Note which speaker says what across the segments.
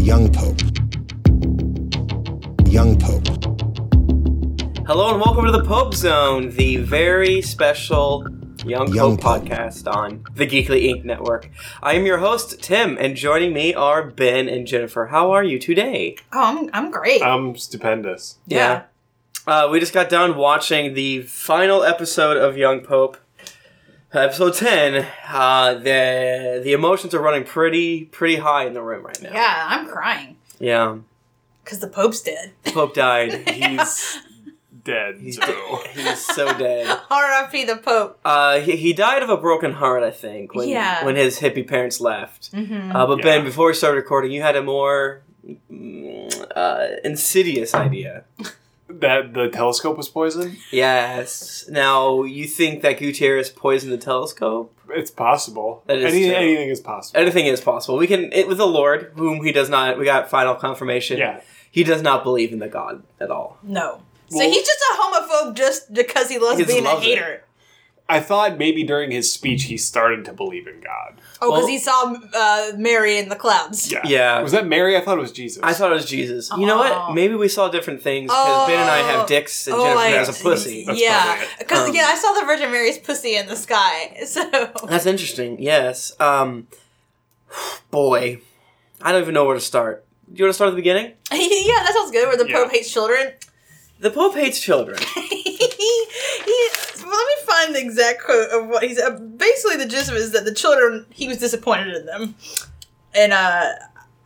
Speaker 1: Young Pope. Young Pope.
Speaker 2: Hello and welcome to the Pope Zone, the very special Young,
Speaker 1: Young
Speaker 2: Pope
Speaker 1: Pope.
Speaker 2: podcast on the Geekly Inc. network. I am your host, Tim, and joining me are Ben and Jennifer. How are you today?
Speaker 3: Oh, I'm, I'm great.
Speaker 4: I'm stupendous.
Speaker 3: Yeah.
Speaker 2: Uh, we just got done watching the final episode of Young Pope, episode 10. Uh, the, the emotions are running pretty, pretty high in the room right now.
Speaker 3: yeah, I'm crying
Speaker 2: Yeah.
Speaker 3: because the Pope's dead.
Speaker 2: Pope died.
Speaker 4: He's dead.
Speaker 2: He's
Speaker 4: so.
Speaker 2: dead. He's so dead.
Speaker 3: R.I.P. the Pope.
Speaker 2: Uh, he, he died of a broken heart, I think, when
Speaker 3: Yeah.
Speaker 2: when his hippie parents left.
Speaker 3: Mm-hmm.
Speaker 2: Uh, but
Speaker 4: Yeah.
Speaker 2: Ben, before we started recording, you had a more mm, uh, insidious idea.
Speaker 4: That the telescope was poisoned?
Speaker 2: Yes. Now you think that Gutierrez poisoned the telescope?
Speaker 4: It's possible.
Speaker 2: That is
Speaker 4: Any-
Speaker 2: true.
Speaker 4: Anything is possible.
Speaker 2: Anything is possible. We can it with the Lord, whom he does not. We got final confirmation.
Speaker 4: Yeah.
Speaker 2: He does not believe in the God at all.
Speaker 3: No. So
Speaker 4: Well-
Speaker 3: he's just a homophobe just because he loves
Speaker 2: He just
Speaker 3: being
Speaker 2: loves
Speaker 3: a
Speaker 2: it.
Speaker 3: hater.
Speaker 4: I thought maybe during his speech he started to believe in God.
Speaker 3: Oh, because
Speaker 2: Well-
Speaker 3: he saw uh, Mary in the clouds.
Speaker 4: Yeah.
Speaker 2: Yeah.
Speaker 4: Was that Mary? I thought it was Jesus.
Speaker 2: I thought it was Jesus. You know
Speaker 3: Oh.
Speaker 2: what? Maybe we saw different things because Ben and I have
Speaker 3: Oh.
Speaker 2: dicks and
Speaker 3: Oh,
Speaker 2: Jennifer
Speaker 3: I-
Speaker 2: has a pussy.
Speaker 4: That's
Speaker 3: yeah,
Speaker 4: probably it.
Speaker 3: because
Speaker 2: Um,
Speaker 3: yeah, I saw the Virgin Mary's pussy in the sky. So
Speaker 2: That's interesting. Yes. Um, boy, I don't even know where to start. Do you want to start at the beginning?
Speaker 3: yeah, that sounds good. Where the
Speaker 4: Yeah.
Speaker 3: Pope hates children.
Speaker 2: The Pope hates children.
Speaker 3: he, he, well, let me find the exact quote of what he's. Uh, basically, the gist of it is that the children he was disappointed in them, and uh,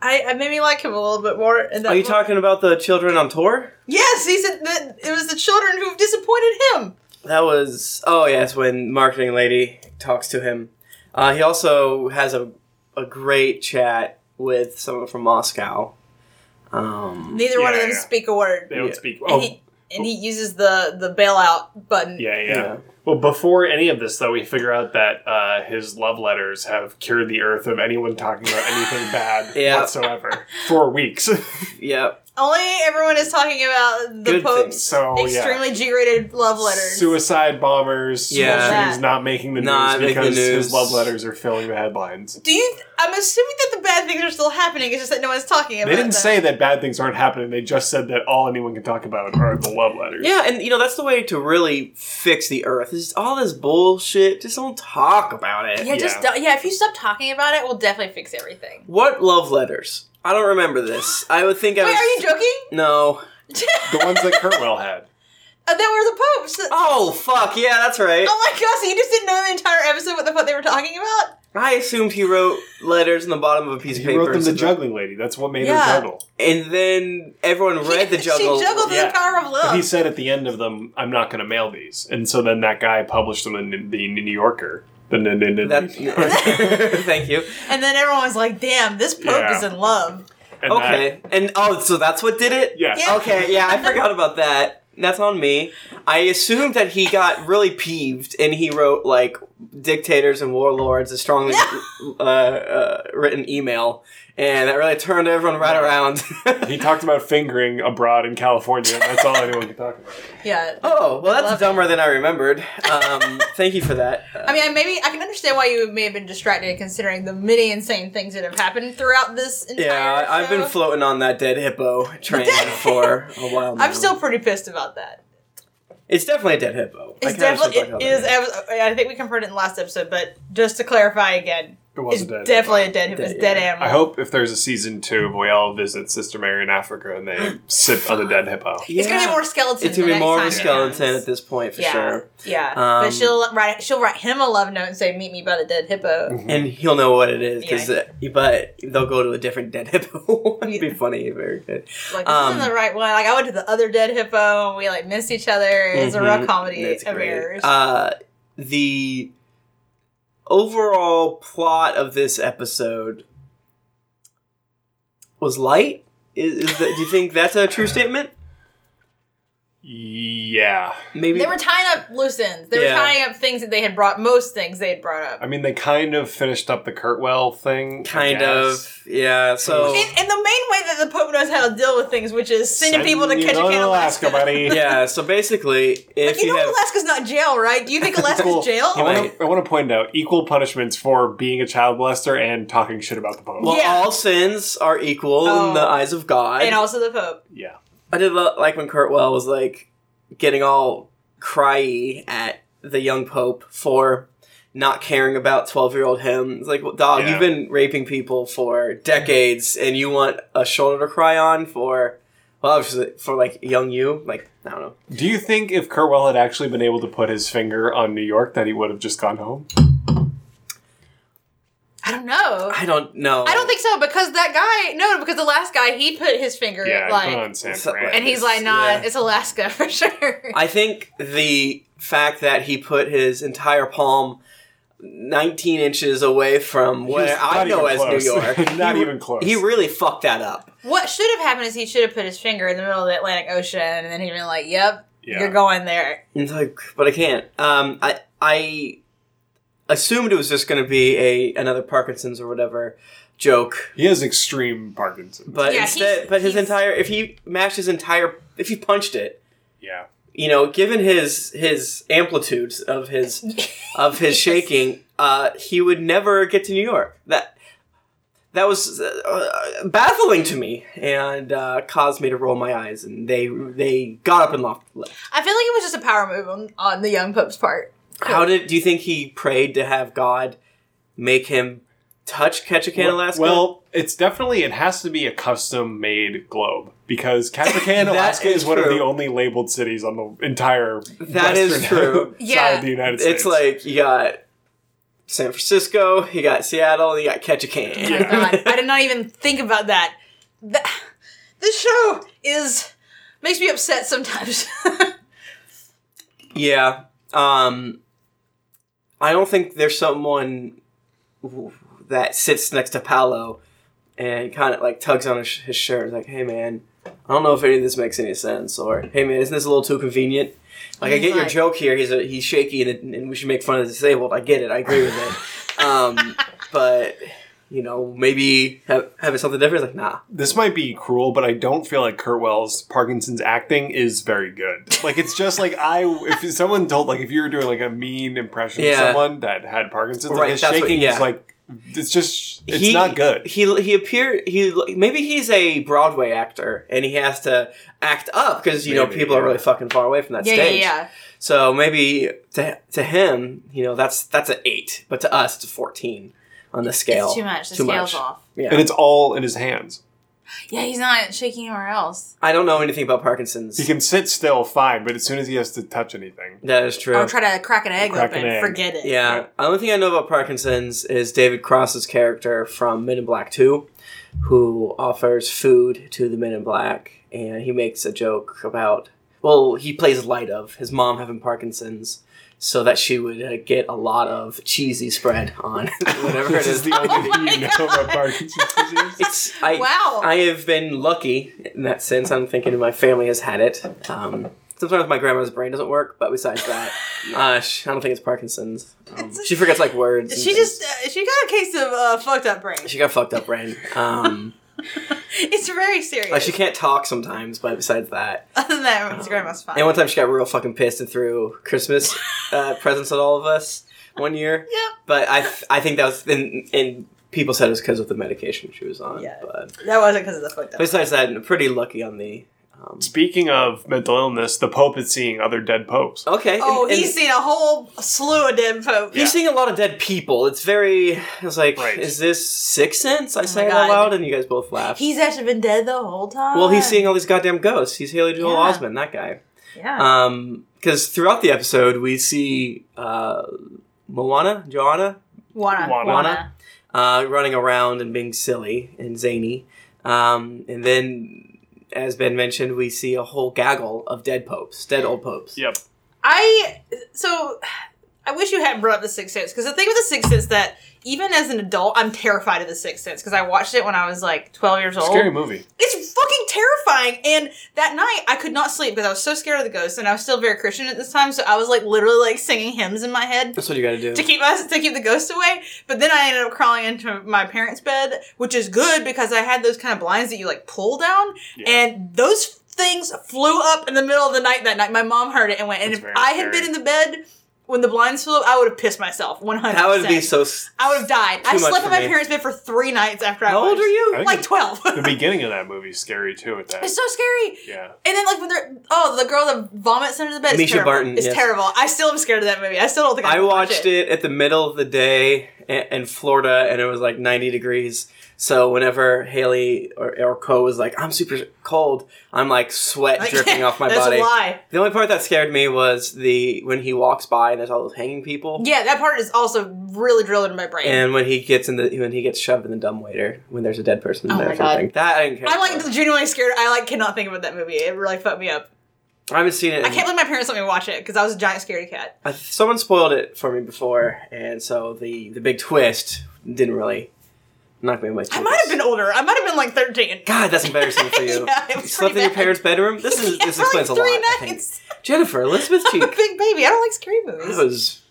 Speaker 3: I, I made me like him a little bit more.
Speaker 4: Oh,
Speaker 3: And
Speaker 2: Are you talking about the children on tour?
Speaker 3: Yes, he said that it was the children who disappointed him.
Speaker 2: That was oh yes, when marketing lady talks to him. Uh, he also has a a great chat with someone from Moscow. Um,
Speaker 3: Neither one of
Speaker 4: Yeah,
Speaker 3: them
Speaker 4: yeah.
Speaker 3: speak a word,
Speaker 4: They don't
Speaker 2: Yeah.
Speaker 4: speak.
Speaker 3: and
Speaker 4: Oh,
Speaker 3: he and he uses the the bailout button.
Speaker 4: yeah, yeah,
Speaker 2: Yeah.
Speaker 4: Well, before any of this, though, we figure out that uh, his love letters have cured the earth of anyone talking about anything bad
Speaker 2: Yeah.
Speaker 4: whatsoever for weeks.
Speaker 2: yeah,
Speaker 3: Only everyone is talking about the
Speaker 2: Good
Speaker 3: Pope's
Speaker 4: so, Oh, yeah.
Speaker 3: extremely G-rated love letters.
Speaker 4: Suicide bombers.
Speaker 2: Yeah.
Speaker 4: Yeah, he's not making the news
Speaker 2: Not making the
Speaker 4: because
Speaker 2: news.
Speaker 4: his love letters are filling the headlines.
Speaker 3: Do you? I'm assuming that the bad things are still happening. It's just that no one's talking about.
Speaker 4: They didn't
Speaker 3: them.
Speaker 4: say that bad things aren't happening. They just said that all anyone can talk about are the love letters.
Speaker 2: yeah, and you know that's the way to really fix the Earth. Is all this bullshit. Just don't talk about it.
Speaker 3: Yeah, just do- yeah. If you stop talking about it, we'll definitely fix everything.
Speaker 2: What love letters? I don't remember this. I would think I
Speaker 3: Wait,
Speaker 2: was.
Speaker 3: are you joking?
Speaker 2: No.
Speaker 4: The ones that Kurtwell had.
Speaker 3: Uh, that were the popes. Oh.
Speaker 2: Oh fuck! Yeah, that's right.
Speaker 3: my gosh! So you just didn't know the entire episode what the fuck they were talking about?
Speaker 2: I assumed he wrote letters on the bottom of a piece of
Speaker 4: He
Speaker 2: paper.
Speaker 4: wrote them
Speaker 2: and
Speaker 4: the
Speaker 2: said that.
Speaker 4: juggling lady. That's what made
Speaker 3: Yeah.
Speaker 4: her juggle.
Speaker 2: and then everyone read the juggle.
Speaker 3: she juggled
Speaker 4: yeah.
Speaker 3: the power of
Speaker 4: But
Speaker 3: love.
Speaker 4: he said at the end of them, "I'm not going to mail these," and so then that guy published them in the New Yorker. The New- New- New-
Speaker 2: That,
Speaker 4: New Yorker.
Speaker 2: thank you.
Speaker 3: and then everyone was like, "Damn, this pope
Speaker 4: Yeah.
Speaker 3: is in love."
Speaker 4: And that-
Speaker 2: Okay, and oh, so that's what did it.
Speaker 4: yeah.
Speaker 3: Yeah.
Speaker 2: Okay, yeah, I forgot about that. That's on me. I assumed that he got really peeved and he wrote like dictators and warlords a strongly uh, uh, written email, and that really turned everyone right around.
Speaker 4: He talked about fingering abroad in California. and That's all anyone can talk about.
Speaker 3: Yeah.
Speaker 2: oh well,
Speaker 3: love
Speaker 2: that's
Speaker 3: it.
Speaker 2: dumber than I remembered. Um, thank you for that.
Speaker 3: I mean, I maybe I can understand why you may have been distracted, considering the many insane things that have happened throughout this entire.
Speaker 2: Yeah, I- I've been
Speaker 3: show.
Speaker 2: floating on that dead hippo train for a while now.
Speaker 3: I'm still pretty pissed about that.
Speaker 2: It's definitely a dead hippo. I
Speaker 3: It's
Speaker 2: kinda just
Speaker 3: definitely
Speaker 2: look
Speaker 3: it
Speaker 2: like
Speaker 3: is.
Speaker 2: that.
Speaker 3: abs- I think we confirmed it in the last episode, but just to clarify again,
Speaker 4: It
Speaker 3: it's
Speaker 4: was a dead.
Speaker 3: definitely a dead hippo. It's
Speaker 2: Dead,
Speaker 3: a dead
Speaker 2: yeah.
Speaker 3: animal.
Speaker 4: I hope if there's a season two, Boyal visits Sister Mary in Africa and they sip on the dead hippo.
Speaker 3: it's gonna
Speaker 2: Yeah.
Speaker 3: be more skeleton.
Speaker 2: It's gonna be more of a
Speaker 4: time
Speaker 2: skeleton at this point for
Speaker 3: yeah,
Speaker 2: sure,
Speaker 3: yeah.
Speaker 2: Um,
Speaker 3: but she'll write she'll write him a love note and say, "Meet me by the dead hippo."
Speaker 2: and he'll know what it is because,
Speaker 3: Yeah.
Speaker 2: but they'll go to a different dead hippo. It'd be
Speaker 3: Yeah.
Speaker 2: funny, very good.
Speaker 3: Like this
Speaker 2: Um,
Speaker 3: isn't the right one. Like I went to the other dead hippo and we like missed each other. It's a real
Speaker 2: Mhm.
Speaker 3: comedy
Speaker 2: That's
Speaker 3: of
Speaker 2: great.
Speaker 3: errors.
Speaker 2: Uh, the overall plot of this episode was light. Is, is that, do you think that's a true statement?
Speaker 4: Yeah.
Speaker 2: Maybe
Speaker 3: They were tying up loose ends. They
Speaker 2: Yeah.
Speaker 3: were tying up things that they had brought, most things they had brought up.
Speaker 4: I mean, they kind of finished up the Kurtwell thing. I
Speaker 2: kind
Speaker 4: guess.
Speaker 2: of yeah. So
Speaker 3: And, and the main way that the Pope knows how to deal with things, which is sending
Speaker 4: Send
Speaker 3: people to
Speaker 4: you
Speaker 3: Ketchikan,
Speaker 4: to Alaska, buddy.
Speaker 2: yeah. So basically, if
Speaker 3: Like, you,
Speaker 2: you,
Speaker 3: know
Speaker 2: have
Speaker 3: Alaska's not jail, right? Do you think Alaska's
Speaker 4: Well,
Speaker 3: jail?
Speaker 4: I want,
Speaker 2: Right.
Speaker 4: to, I want to point out equal punishments for being a child molester and talking shit about the Pope.
Speaker 2: well,
Speaker 3: Yeah.
Speaker 2: all sins are equal in
Speaker 3: Oh.
Speaker 2: the eyes of God.
Speaker 3: and also the Pope.
Speaker 4: yeah.
Speaker 2: I did lo- like when Kurtwell was like getting all cryy at the young pope for not caring about 12 year old him. It's like, well, dog,
Speaker 4: Yeah.
Speaker 2: you've been raping people for decades and you want a shoulder to cry on for, well, obviously for like young you? Like, I don't know.
Speaker 4: Do you think if Kurtwell had actually been able to put his finger on New York, that he would have just gone home?
Speaker 3: I don't know.
Speaker 2: I don't know.
Speaker 3: I don't think so because that guy. No, because the last guy he put his finger
Speaker 4: Yeah,
Speaker 3: like,
Speaker 4: come on, San
Speaker 2: So-
Speaker 4: Fran.
Speaker 3: and he's like, nah,
Speaker 2: Yeah.
Speaker 3: it's Alaska for sure.
Speaker 2: I think the fact that he put his entire palm 19 inches away from
Speaker 4: He was
Speaker 2: where I
Speaker 4: not
Speaker 2: know as
Speaker 4: even
Speaker 2: New
Speaker 4: close.
Speaker 2: York,
Speaker 4: not
Speaker 2: he,
Speaker 4: even close.
Speaker 2: he really fucked that up.
Speaker 3: what should have happened is he should have put his finger in the middle of the Atlantic Ocean, and then he'd been like, "Yep,
Speaker 4: Yeah.
Speaker 3: you're going there."
Speaker 2: It's like, but I can't. Um, I I assumed it was just going to be a another Parkinson's or whatever joke,
Speaker 4: He has extreme Parkinson's.
Speaker 2: but
Speaker 3: Yeah,
Speaker 2: instead,
Speaker 3: he's-
Speaker 2: but his
Speaker 3: he's-
Speaker 2: entire if he mashed his entire if he punched it,
Speaker 4: yeah.
Speaker 2: you know, given his his amplitudes of his of his
Speaker 3: Yes.
Speaker 2: shaking, uh, he would never get to New York. That. That was uh, baffling to me, and uh, caused me to roll my eyes. And they they got up and left.
Speaker 3: I feel like it was just a power move on, on the young pope's part.
Speaker 2: How did do you think he prayed to have God make him touch Ketchikan, Alaska?
Speaker 4: Well, it's definitely it has to be a custom made globe because Caprican,
Speaker 2: That
Speaker 4: Alaska is,
Speaker 2: is
Speaker 4: one of
Speaker 2: true.
Speaker 4: the only labeled cities on the entire
Speaker 2: That is
Speaker 4: western
Speaker 2: true.
Speaker 4: side
Speaker 3: Yeah.
Speaker 4: of the United States.
Speaker 2: it's like you got San Francisco, you got Seattle, you got Ketchikan.
Speaker 3: Oh my God, I did not even think about that. Th- This show is makes me upset sometimes.
Speaker 2: Yeah. Um I don't think there's someone w- that sits next to Paolo and kind of like tugs on his, sh- his shirt like, "Hey man, I don't know if any of this makes any sense," or "Hey man, isn't this a little too convenient?" Like, I
Speaker 3: He's
Speaker 2: get your
Speaker 3: like-
Speaker 2: joke here. He's a, he's shaky, and, and we should make fun of the disabled. I get it. I agree with it. um, but you know, maybe have, having something different. It's like, nah.
Speaker 4: this might be cruel, but I don't feel like Kurtwell's Parkinson's acting is very good. Like it's just like I if someone told like if you were doing like a mean impression of
Speaker 2: Yeah.
Speaker 4: someone that had Parkinson's,
Speaker 2: Right,
Speaker 4: like his
Speaker 2: that's what-
Speaker 4: shaking
Speaker 2: yeah.
Speaker 4: is like it's just it's not good.
Speaker 2: He he appeared he maybe he's a Broadway actor and he has to act up because you know
Speaker 4: Maybe,
Speaker 2: people are
Speaker 4: yeah.
Speaker 2: really fucking far away from that
Speaker 3: yeah, yeah,
Speaker 2: stage.
Speaker 3: yeah.
Speaker 2: So maybe to to him, you know, that's that's an eight, but to us, it's a fourteen on the scale.
Speaker 3: It's too much. The scale's off.
Speaker 2: Yeah,
Speaker 4: And it's all in his hands.
Speaker 3: Yeah, he's not shaking anywhere else.
Speaker 2: I don't know anything about Parkinson's.
Speaker 4: He can sit still fine, but as soon as he has to touch anything,
Speaker 2: that is true.
Speaker 3: Or try to crack an egg
Speaker 4: Crack an
Speaker 3: open.
Speaker 4: egg.
Speaker 3: Forget it.
Speaker 2: Yeah.
Speaker 4: Right.
Speaker 2: The only thing I know about Parkinson's is David Cross's character from Men in Black 2, who offers food to the Men in Black, and he makes a joke about, well, he plays light of his mom having Parkinson's. So that she would uh, get a lot of cheesy spread on whatever it
Speaker 4: this
Speaker 2: is. Oh
Speaker 4: is the only thing
Speaker 3: my
Speaker 4: you know about Parkinson's disease.
Speaker 2: It's, I,
Speaker 3: Wow.
Speaker 2: I have been lucky in that sense. I'm thinking my family has had it. Um, sometimes my grandma's brain doesn't work, but besides that, uh, sh I don't think it's Parkinson's. Um, she forgets like words. and
Speaker 3: She
Speaker 2: things.
Speaker 3: just uh, she got a case of uh, fucked up brain.
Speaker 2: She got fucked up brain. Um,
Speaker 3: It's very serious.
Speaker 2: like she can't talk sometimes, but besides that,
Speaker 3: Other than that, his grandma's fine.
Speaker 2: and one time she got real fucking pissed and threw Christmas uh, presents at all of us one year.
Speaker 3: Yep.
Speaker 2: But I, th- I think that was and, and people said it was because of the medication she was on.
Speaker 3: Yeah.
Speaker 2: But
Speaker 3: That wasn't because of the fucked up.
Speaker 2: besides that, I'm pretty lucky on the. Um,
Speaker 4: Speaking of mental illness, the Pope is seeing other dead popes.
Speaker 2: okay.
Speaker 3: Oh,
Speaker 2: and- and
Speaker 3: he's seen a whole slew of dead folks.
Speaker 2: He's seeing a lot of dead people. It's very. I was like,
Speaker 4: Right.
Speaker 2: is this Sixth Sense? I say it
Speaker 3: Oh God.
Speaker 2: out loud, and you guys both laugh.
Speaker 3: He's actually been dead the whole time.
Speaker 2: well, he's seeing all these goddamn ghosts. He's Haley Joel
Speaker 3: Yeah.
Speaker 2: Osment, that guy.
Speaker 3: Yeah.
Speaker 2: Um, because throughout the episode we see uh, Moana, Joanna,
Speaker 3: Juana.
Speaker 4: Juana.
Speaker 2: Juana. uh, running around and being silly and zany, um, and then as Ben mentioned, we see a whole gaggle of dead popes, dead old popes.
Speaker 4: Yep.
Speaker 3: I so I wish you hadn't brought up the Sixth Sense because the thing with the Sixth Sense that even as an adult, I'm terrified of the Sixth Sense because I watched it when I was like 12 years
Speaker 2: Oh.
Speaker 3: old.
Speaker 4: Scary movie.
Speaker 3: It's fucking terrifying. And that night, I could not sleep because I was so scared of the ghosts, and I was still very Christian at this time. So I was like literally like singing hymns in my head
Speaker 2: That's what you gotta do.
Speaker 3: to keep us to keep the ghosts away. But then I ended up crawling into my parents' bed, which is good because I had those kind of blinds that you like pull down,
Speaker 4: Yeah.
Speaker 3: and those things flew up in the middle of the night. That night, my mom heard it and went. And
Speaker 4: That's
Speaker 3: if
Speaker 4: very
Speaker 3: I had been
Speaker 4: scary.
Speaker 3: in the bed when the blinds flew up, I would have pissed myself. One hundred.
Speaker 2: That would be so. s-
Speaker 3: I would have died. I
Speaker 2: too much
Speaker 3: slept
Speaker 2: for
Speaker 3: in my
Speaker 2: me.
Speaker 3: parents' bed for three nights after I.
Speaker 2: How old
Speaker 3: watched-
Speaker 2: are you?
Speaker 4: I think
Speaker 3: Like
Speaker 4: it's-
Speaker 3: twelve.
Speaker 4: the beginning of that movie is scary too. At that,
Speaker 3: it's so scary.
Speaker 4: yeah,
Speaker 3: And then, like when they're oh, the girl that vomits under the bed. is
Speaker 2: Misha
Speaker 3: terrible.
Speaker 2: Barton,
Speaker 3: It's
Speaker 2: yes.
Speaker 3: terrible. I still am scared of that movie. I still don't think I,
Speaker 2: I
Speaker 3: can watch
Speaker 2: watched it at the middle of the day in, in Florida, and it was like 90 degrees. So whenever Haley or, or Co was like, "I'm super cold," I'm like sweat
Speaker 3: Like,
Speaker 2: dripping off my
Speaker 3: that's
Speaker 2: body.
Speaker 3: a lie.
Speaker 2: The only part that scared me was the when he walks by and there's all those hanging people,
Speaker 3: Yeah, that part is also really drilled into my brain.
Speaker 2: and when he gets in the when he gets shoved in the dumbwaiter when there's a dead person in
Speaker 3: Oh
Speaker 2: there
Speaker 3: my
Speaker 2: or something. That I didn't care.
Speaker 3: I'm like
Speaker 2: for.
Speaker 3: genuinely scared. I like cannot think about that movie. It really fucked me up.
Speaker 2: I haven't seen it. In,
Speaker 3: I can't believe my parents let me watch it because I was a giant scaredy cat.
Speaker 2: I- someone spoiled it for me before, and so the the big twist didn't really knock me away.
Speaker 3: I might have been older. I might have been like 13.
Speaker 2: God, that's embarrassing for you.
Speaker 3: Yeah, it
Speaker 2: you
Speaker 3: was
Speaker 2: slept in
Speaker 3: pretty
Speaker 2: your
Speaker 3: bad.
Speaker 2: parents' bedroom. This is
Speaker 3: Yeah,
Speaker 2: this
Speaker 3: for, like,
Speaker 2: explains a
Speaker 3: three
Speaker 2: lot. I think.
Speaker 3: nights.
Speaker 2: Jennifer Elizabeth
Speaker 3: I'm a
Speaker 2: Cheek.
Speaker 3: big baby. I don't like scary
Speaker 2: That
Speaker 3: movies.
Speaker 2: was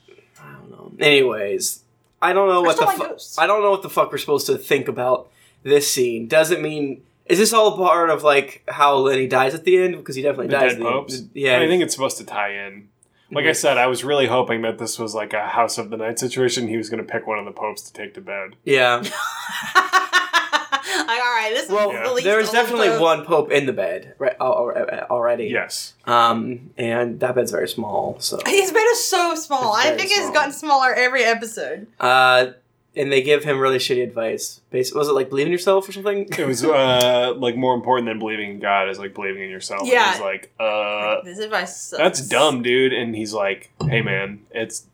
Speaker 2: I don't know. Anyways, I don't know what
Speaker 3: still
Speaker 2: the
Speaker 3: like
Speaker 2: fu-
Speaker 3: ghosts.
Speaker 2: I don't know what the fuck we're supposed to think about this scene. Doesn't mean is this all part of like how Lenny dies at the end because he definitely
Speaker 4: the
Speaker 2: dies.
Speaker 4: dead
Speaker 2: at the
Speaker 4: popes.
Speaker 2: end. Yeah, Mm-hmm.
Speaker 4: I think it's supposed to tie in. Like I said, I was really hoping that this was like a House of the Night situation. He was going to pick one of the popes to take to bed.
Speaker 2: yeah.
Speaker 3: like, all right, this
Speaker 2: Well,
Speaker 3: is
Speaker 4: Yeah.
Speaker 3: the least
Speaker 2: there was
Speaker 3: old
Speaker 2: definitely
Speaker 3: folk.
Speaker 2: one pope in the bed right al- al- already.
Speaker 4: Yes,
Speaker 2: Um, and that bed's very small, so
Speaker 3: His bed is so small.
Speaker 2: It's
Speaker 3: I
Speaker 2: very
Speaker 3: think it's
Speaker 2: small.
Speaker 3: gotten smaller every episode.
Speaker 2: uh, and they give him really shitty advice. Basically, was it like believe in yourself or something?
Speaker 4: it was uh, like more important than believing in God is like believing in yourself.
Speaker 3: Yeah.
Speaker 4: it was like uh,
Speaker 3: this advice sucks.
Speaker 4: that's dumb, dude. And he's like, hey man, it's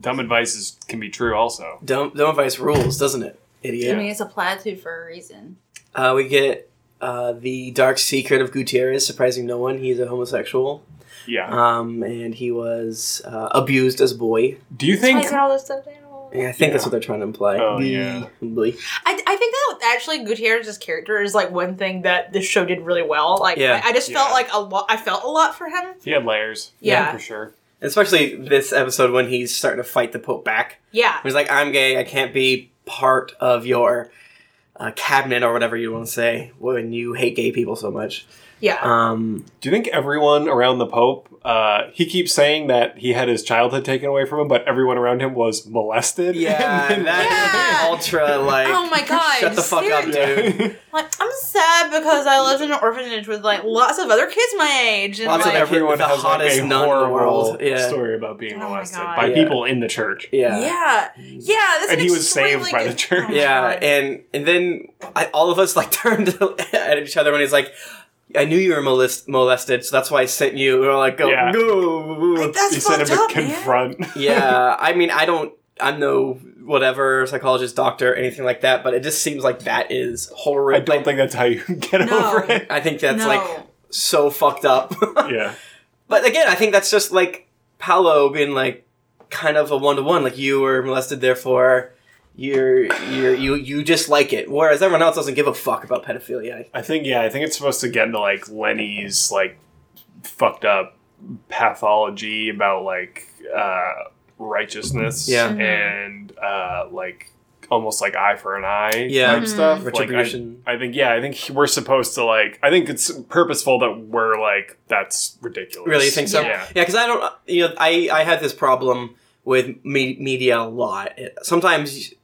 Speaker 4: dumb advice is, can be true also.
Speaker 2: Dumb, dumb advice rules, doesn't it,
Speaker 4: Yeah.
Speaker 2: idiot?
Speaker 1: I mean, it's a platitude for a reason.
Speaker 2: Uh, we get uh, the dark secret of Gutierrez, surprising no one. He's a homosexual,
Speaker 4: Yeah.
Speaker 2: um, and he was uh, abused as a boy.
Speaker 4: Do you
Speaker 1: That's why
Speaker 4: think
Speaker 1: I got all those stuffed animals.
Speaker 2: And I think that's what they're trying to imply.
Speaker 4: Oh, yeah.
Speaker 2: Boy.
Speaker 3: I, I think that actually Gutierrez's character is like one thing that this show did really well. Like,
Speaker 2: Yeah.
Speaker 3: I, I just felt
Speaker 4: Yeah.
Speaker 3: like a lot. I felt a lot for him.
Speaker 4: he had layers?
Speaker 3: Yeah.
Speaker 4: for sure.
Speaker 2: Especially this episode when he's starting to fight the Pope back.
Speaker 3: Yeah,
Speaker 2: He's like, I'm gay. I can't be part of your uh, cabinet or whatever you want to say when you hate gay people so much.
Speaker 3: yeah.
Speaker 2: Um,
Speaker 4: Do you think everyone around the Pope? Uh, he keeps saying that he had his childhood taken away from him, but everyone around him was molested.
Speaker 2: yeah,
Speaker 4: And then-
Speaker 2: that
Speaker 3: Yeah.
Speaker 2: ultra, like,
Speaker 1: Oh my god!
Speaker 2: shut the fuck up,
Speaker 4: Yeah.
Speaker 2: dude.
Speaker 3: like I'm sad because I lived in an orphanage with like lots of other kids my age, and
Speaker 2: Lots of
Speaker 3: like,
Speaker 2: every-
Speaker 4: everyone
Speaker 2: the
Speaker 4: has like
Speaker 2: hottest
Speaker 4: a
Speaker 2: nun in the
Speaker 4: horrible
Speaker 2: world. Yeah.
Speaker 4: story about being
Speaker 3: Oh my
Speaker 4: molested
Speaker 3: God.
Speaker 4: by
Speaker 2: Yeah.
Speaker 4: people in the church.
Speaker 2: Yeah.
Speaker 3: yeah, yeah. That's
Speaker 4: And
Speaker 3: an
Speaker 4: he was saved
Speaker 3: extremely
Speaker 4: by
Speaker 3: good-
Speaker 4: the church.
Speaker 3: Oh my
Speaker 2: Yeah,
Speaker 3: God.
Speaker 2: and and then I, all of us like turned at each other when he's like, "I knew you were molest- molested, so that's why I sent you." And we're like, "Go,
Speaker 4: Yeah.
Speaker 2: go."
Speaker 3: Like, that's
Speaker 4: he sent him
Speaker 3: fucked
Speaker 4: to
Speaker 3: up, man.
Speaker 4: confront.
Speaker 2: yeah, I mean, I don't, I'm no whatever psychologist, doctor, anything like that, but it just seems like that is
Speaker 4: I
Speaker 2: horrible.
Speaker 4: don't think that's how you get
Speaker 3: No.
Speaker 4: over it.
Speaker 2: I think that's
Speaker 3: No.
Speaker 2: like so fucked up.
Speaker 4: Yeah.
Speaker 2: But again, I think that's just like Paolo being like kind of a one to one. Like you were molested, therefore you're you're you you just like it. Whereas everyone else doesn't give a fuck about pedophilia.
Speaker 4: I think yeah, I think it's supposed to get into like Lenny's like fucked up pathology about like uh righteousness
Speaker 2: Yeah.
Speaker 1: Mhm.
Speaker 4: and uh like almost like eye for an eye
Speaker 2: Yeah.
Speaker 4: type stuff. Like, I-
Speaker 2: Retribution.
Speaker 4: I, think yeah, I think we're supposed to like I think it's purposeful that we're like that's ridiculous.
Speaker 2: really, you think so? Yeah,
Speaker 4: Yeah.
Speaker 2: because I don't. You know, I I had this problem with me- media a lot. It- Sometimes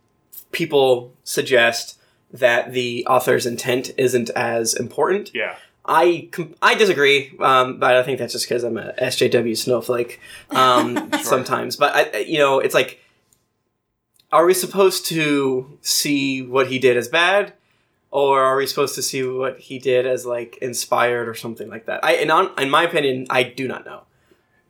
Speaker 2: people suggest that the author's intent isn't as important.
Speaker 4: Yeah.
Speaker 2: I com- I disagree, um, but I think that's just because I'm a SJW snowflake um, sometimes. But I- I, you know, it's like, are we supposed to see what he did as bad, or are we supposed to see what he did as like inspired or something like that? I and on, in my opinion, I do not know.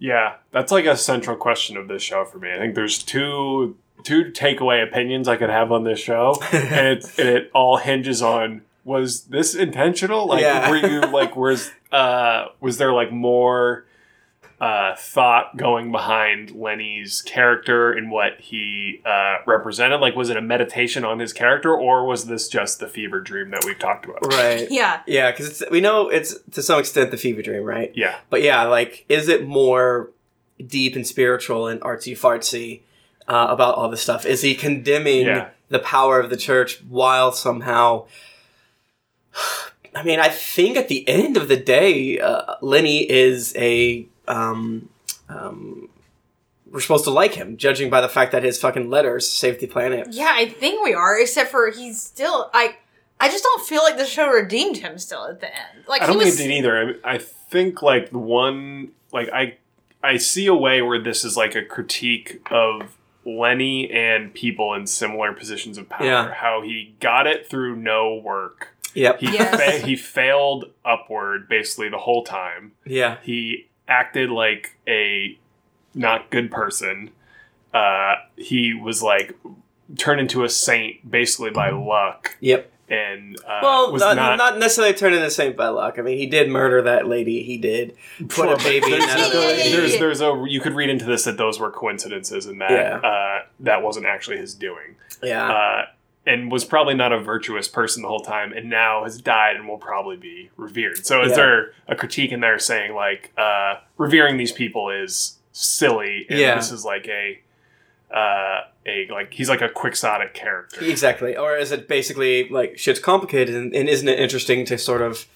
Speaker 4: Yeah, that's like a central question of this show for me. I think there's two two takeaway opinions I could have on this show, and it, and it all hinges on was this intentional? Like,
Speaker 2: Yeah.
Speaker 4: were you like, was uh, was there like more uh, thought going behind Lenny's character and what he uh, represented? Like, was it a meditation on his character, or was this just the fever dream that we've talked about?
Speaker 2: Right.
Speaker 3: Yeah.
Speaker 2: Yeah, because we know it's to some extent the fever dream, right?
Speaker 4: Yeah.
Speaker 2: But yeah, like, is it more deep and spiritual and artsy fartsy uh, about all this stuff? Is he condemning
Speaker 4: Yeah.
Speaker 2: the power of the church while somehow. I mean, I think at the end of the day, uh, Lenny is a. Um, um, we're supposed to like him, judging by the fact that his fucking letters saved the planet.
Speaker 3: Yeah, I think we are, except for he's still like I just don't feel like the show redeemed him still at the end. Like
Speaker 4: I
Speaker 3: he
Speaker 4: don't
Speaker 3: was
Speaker 4: think it did either. I, I think like the one like I I see a way where this is like a critique of Lenny and people in similar positions of power.
Speaker 2: Yeah.
Speaker 4: How he got it through no work.
Speaker 2: Yep.
Speaker 4: He
Speaker 3: Yes.
Speaker 4: fa- he failed upward basically the whole time.
Speaker 2: Yeah.
Speaker 4: He acted like a not good person. Uh, he was like turned into a saint basically by luck.
Speaker 2: Yep.
Speaker 4: And uh,
Speaker 2: Well,
Speaker 4: was
Speaker 2: not,
Speaker 4: not,
Speaker 2: not necessarily turned into Saint by luck. I mean, he did murder that lady. He did put
Speaker 4: Sure,
Speaker 2: a
Speaker 4: but
Speaker 2: baby in
Speaker 4: there's,
Speaker 2: that other
Speaker 4: there's,
Speaker 2: lady.
Speaker 4: there's there's a you could read into this that those were coincidences and that
Speaker 2: Yeah. Ah.
Speaker 4: uh, that wasn't actually his doing
Speaker 2: Yeah.
Speaker 4: uh, and was probably not a virtuous person the whole time and now has died and will probably be revered so is
Speaker 2: Yeah.
Speaker 4: there a critique in there saying like uh, revering these people is silly and
Speaker 2: Yeah.
Speaker 4: this is like a uh, a like he's like a quixotic character
Speaker 2: Exactly. Or is it basically like shit's complicated and, and isn't it interesting to sort of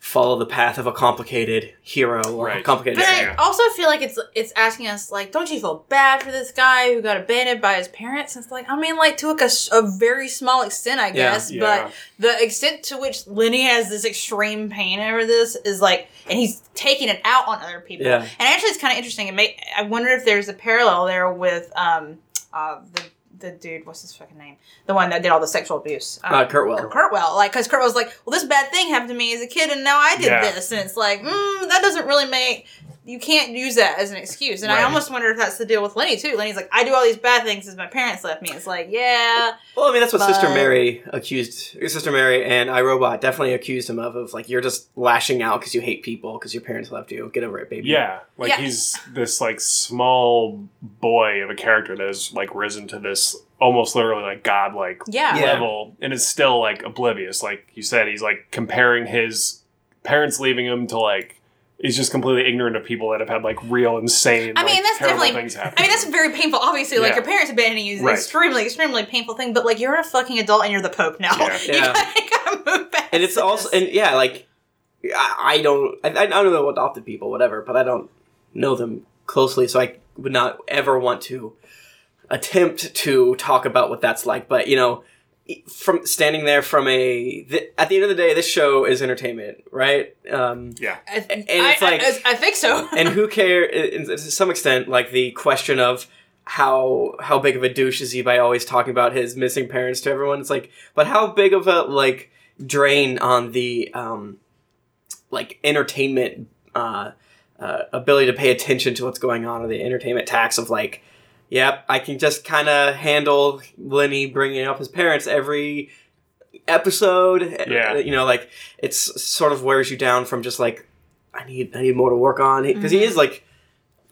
Speaker 2: follow the path of a complicated hero or a
Speaker 4: Right.
Speaker 2: complicated
Speaker 3: But I
Speaker 2: saint?
Speaker 3: also feel like it's it's asking us like, don't you feel bad for this guy who got abandoned by his parents? It's like, I mean, like to like a, s- a very small extent, I guess,
Speaker 4: yeah.
Speaker 3: but the extent to which Lenny has this extreme pain over this is like, and he's taking it out on other people.
Speaker 2: Yeah.
Speaker 3: And actually, it's kind of interesting. It may, I wonder if there's a parallel there with um uh the the dude, what's his fucking name? The one that did all the sexual abuse. Um,
Speaker 2: Uh, Kurtwell.
Speaker 3: Kurtwell, like, because Kurtwell's like, well, this bad thing happened to me as a kid, and now I did
Speaker 4: Yeah.
Speaker 3: this, and it's like, mm, that doesn't really make. You can't use that as an excuse, and I
Speaker 4: Right.
Speaker 3: almost wonder if that's the deal with Lenny too. Lenny's like, I do all these bad things because my parents left me. It's like, yeah,
Speaker 2: Well, I mean, that's what Sister
Speaker 3: But-
Speaker 2: Mary accused. Sister Mary and iRobot definitely accused him of, of like, you're just lashing out because you hate people because your parents left you. Get over it, baby.
Speaker 4: Yeah, like
Speaker 3: Yeah.
Speaker 4: he's this like small boy of a character that has like risen to this almost literally like godlike
Speaker 3: yeah,
Speaker 2: Yeah.
Speaker 4: level and is still like oblivious. Like you said, he's like comparing his parents leaving him to like he's just completely ignorant of people that have had like real insane.
Speaker 3: I mean,
Speaker 4: like,
Speaker 3: that's
Speaker 4: terrible
Speaker 3: definitely-
Speaker 4: things happen.
Speaker 3: I mean, that's very painful. Obviously, like
Speaker 4: Yeah.
Speaker 3: your parents abandoning you is an
Speaker 4: Right.
Speaker 3: extremely, extremely painful thing. But like, you're a fucking adult and you're the Pope now.
Speaker 4: Yeah.
Speaker 3: you,
Speaker 2: Yeah.
Speaker 3: Gotta, you gotta move back.
Speaker 2: And it's also, and yeah, like, I, I don't, I, I don't know adopted people, whatever, but I don't know them closely, so I would not ever want to attempt to talk about what that's like. But, you know, e, from standing there from a, th- at the end of the day, this show is entertainment, right? Um,
Speaker 3: I, and
Speaker 2: it's
Speaker 3: I,
Speaker 2: like-
Speaker 3: I, I think so.
Speaker 2: Um, and who care and to some extent like the question of how how big of a douche is he by always talking about his missing parents to everyone it's like but how big of a like drain on the um like entertainment uh, uh ability to pay attention to what's going on or the entertainment tax of like yep i can just kind of handle lenny bringing up his parents every episode
Speaker 4: Yeah.
Speaker 2: you know like it's sort of wears you down from just like I need I need more to work on because
Speaker 3: Mm-hmm.
Speaker 2: he is like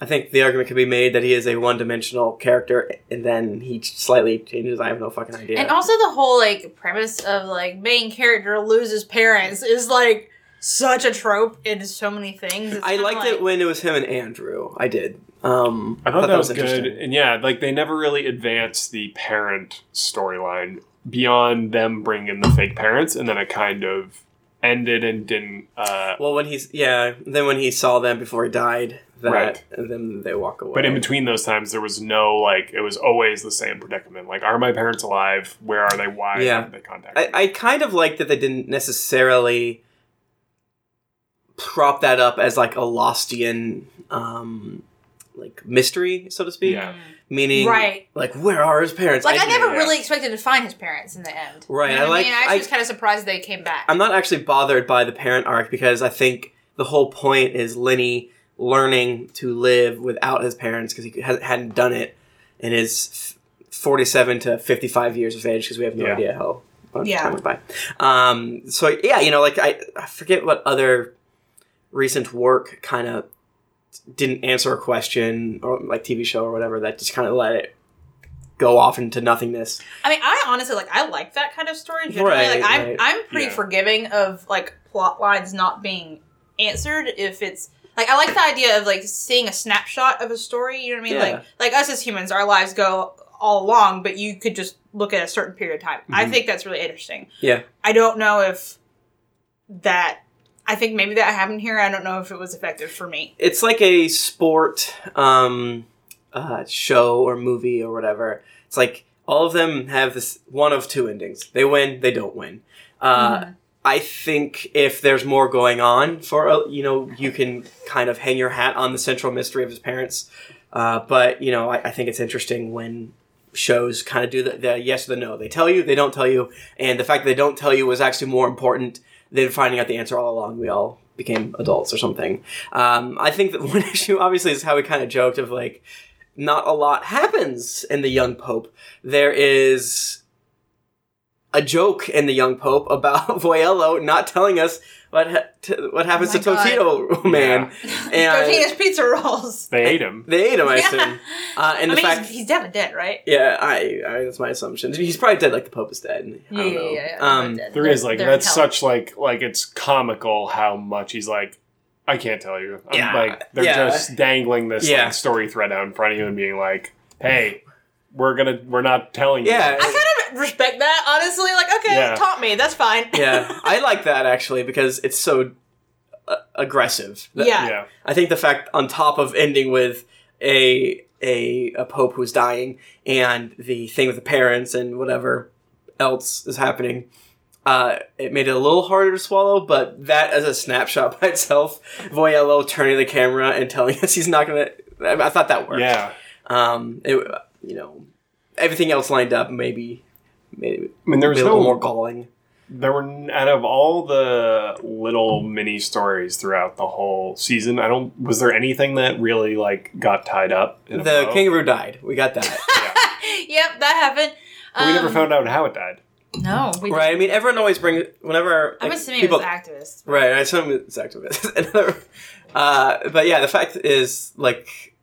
Speaker 2: I think the argument could be made that he is a one dimensional character and then he slightly changes. I have no fucking idea.
Speaker 3: And also the whole like premise of like main character loses parents is like such a trope in so many things. It's
Speaker 2: I
Speaker 3: kinda
Speaker 2: liked
Speaker 3: like-
Speaker 2: it when it was him and Andrew. I did. Um,
Speaker 4: I thought that was good,
Speaker 2: interesting.
Speaker 4: and yeah, like they never really advanced the parent storyline beyond them bringing in the fake parents, and then it kind of ended and didn't. Uh,
Speaker 2: Well, when he's yeah, then when he saw them before he died, that
Speaker 4: Right.
Speaker 2: and then they walk away.
Speaker 4: But in between those times, there was no like it was always the same predicament. Like, are my parents alive? Where are they? Why
Speaker 2: Yeah.
Speaker 4: haven't they contacted?
Speaker 2: I,
Speaker 4: me?
Speaker 2: I kind of like that they didn't necessarily prop that up as like a Lostian um, like mystery, so to speak.
Speaker 4: Yeah.
Speaker 2: Meaning,
Speaker 3: Right.
Speaker 2: Like, where are his parents?
Speaker 3: Like I, never
Speaker 4: yeah.
Speaker 3: really expected to find his parents in the end.
Speaker 2: Right,
Speaker 3: You know
Speaker 2: I
Speaker 3: what
Speaker 2: like-
Speaker 3: I, mean? I actually
Speaker 2: I-
Speaker 3: was kind of surprised they came back.
Speaker 2: I'm not actually bothered by the parent arc because I think the whole point is Lenny learning to live without his parents because he ha- hadn't done it in his f- 47 to 55 years of age because we have no
Speaker 4: Yeah.
Speaker 2: idea how much
Speaker 3: Yeah.
Speaker 2: time went by. Um, so yeah, you know, like I, I forget what other recent work kind of didn't answer a question or like TV show or whatever that just kind of let it go off into nothingness.
Speaker 3: I mean, I honestly like I like that kind of story. Generally,
Speaker 2: Right,
Speaker 3: like I'm
Speaker 2: right.
Speaker 3: I'm pretty
Speaker 4: Yeah.
Speaker 3: forgiving of like plot lines not being answered if it's like I like the idea of like seeing a snapshot of a story. You know what I mean?
Speaker 2: Yeah.
Speaker 3: Like like us as humans, our lives go all along, but you could just look at a certain period of time. I
Speaker 2: Mhm.
Speaker 3: think that's really interesting.
Speaker 2: Yeah.
Speaker 3: I don't know if that. I think maybe that happened here. I don't know if it was effective for me.
Speaker 2: It's like a sport um, uh, show or movie or whatever. It's like all of them have this one of two endings. They win, they don't win. Uh, I think if there's more going on for a- you know you can kind of hang your hat on the central mystery of his parents, uh, but you know I, I think it's interesting when shows kind of do the, the yes or the no. They tell you, they don't tell you, and the fact that they don't tell you was actually more important than finding out the answer all along. We all became adults or something. Um, I think that one issue obviously is how we kind of joked of like not a lot happens in the young pope. There is a joke in the Young Pope about Voyello not telling us what ha- t- what happens
Speaker 1: Oh
Speaker 2: to
Speaker 1: my God.
Speaker 2: Totino Man, and
Speaker 3: Tortillas pizza rolls.
Speaker 4: They ate him.
Speaker 2: they ate him. I
Speaker 3: Yeah.
Speaker 2: assume. Uh, and
Speaker 3: I
Speaker 2: the
Speaker 3: mean,
Speaker 2: fact,
Speaker 3: he's, he's definitely dead, right?
Speaker 2: yeah, I, I that's my assumption. He's probably dead, like the Pope is dead. I
Speaker 1: yeah,
Speaker 2: don't
Speaker 1: yeah,
Speaker 2: know.
Speaker 1: yeah, yeah.
Speaker 2: Um,
Speaker 1: They're dead.
Speaker 4: There
Speaker 1: They're-
Speaker 4: is like
Speaker 1: they're
Speaker 4: that's
Speaker 1: held.
Speaker 4: such like like it's comical how much he's like I can't tell you. I'm
Speaker 2: Yeah.
Speaker 4: like they're
Speaker 2: Yeah.
Speaker 4: just dangling this like,
Speaker 2: Yeah.
Speaker 4: story thread out in front of you and being like, "Hey, we're gonna we're not telling
Speaker 2: Yeah.
Speaker 4: you."
Speaker 3: I kind of respect that, honestly. Like, okay,
Speaker 4: Yeah.
Speaker 3: taunt me. That's fine.
Speaker 2: yeah, I like that actually because it's so uh, aggressive. Th-
Speaker 3: yeah.
Speaker 4: Yeah.
Speaker 2: I think the fact on top of ending with a a a pope who's dying and the thing with the parents and whatever else is happening. Uh, it made it a little harder to swallow, but that as a snapshot by itself, Voyello turning the camera and telling us he's not gonna. I, I thought that worked.
Speaker 4: Yeah.
Speaker 2: Um, it, you know, everything else lined up maybe, maybe
Speaker 4: I mean, there was
Speaker 2: a
Speaker 4: no
Speaker 2: little more galling.
Speaker 4: There were n- out of all the little mini stories throughout the whole season. I don't. Was there anything that really like got tied up? in a
Speaker 2: The
Speaker 4: bow?
Speaker 2: kangaroo died. We got that.
Speaker 3: Yep, that happened.
Speaker 4: But we never
Speaker 3: Um,
Speaker 4: found out how it died.
Speaker 3: No, we
Speaker 2: right. I mean, everyone always brings whenever
Speaker 3: I'm
Speaker 2: like,
Speaker 3: assuming
Speaker 2: people
Speaker 3: it was activists.
Speaker 2: Right, I assume it's activist. Another- uh, but yeah, the fact is, like,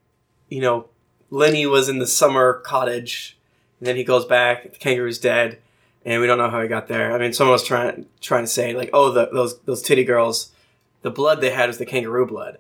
Speaker 2: you know, Lenny was in the summer cottage, and then he goes back. The kangaroo's dead, and we don't know how he got there. I mean, someone was trying trying to say like, oh, the, those those titty girls, the blood they had was the kangaroo blood.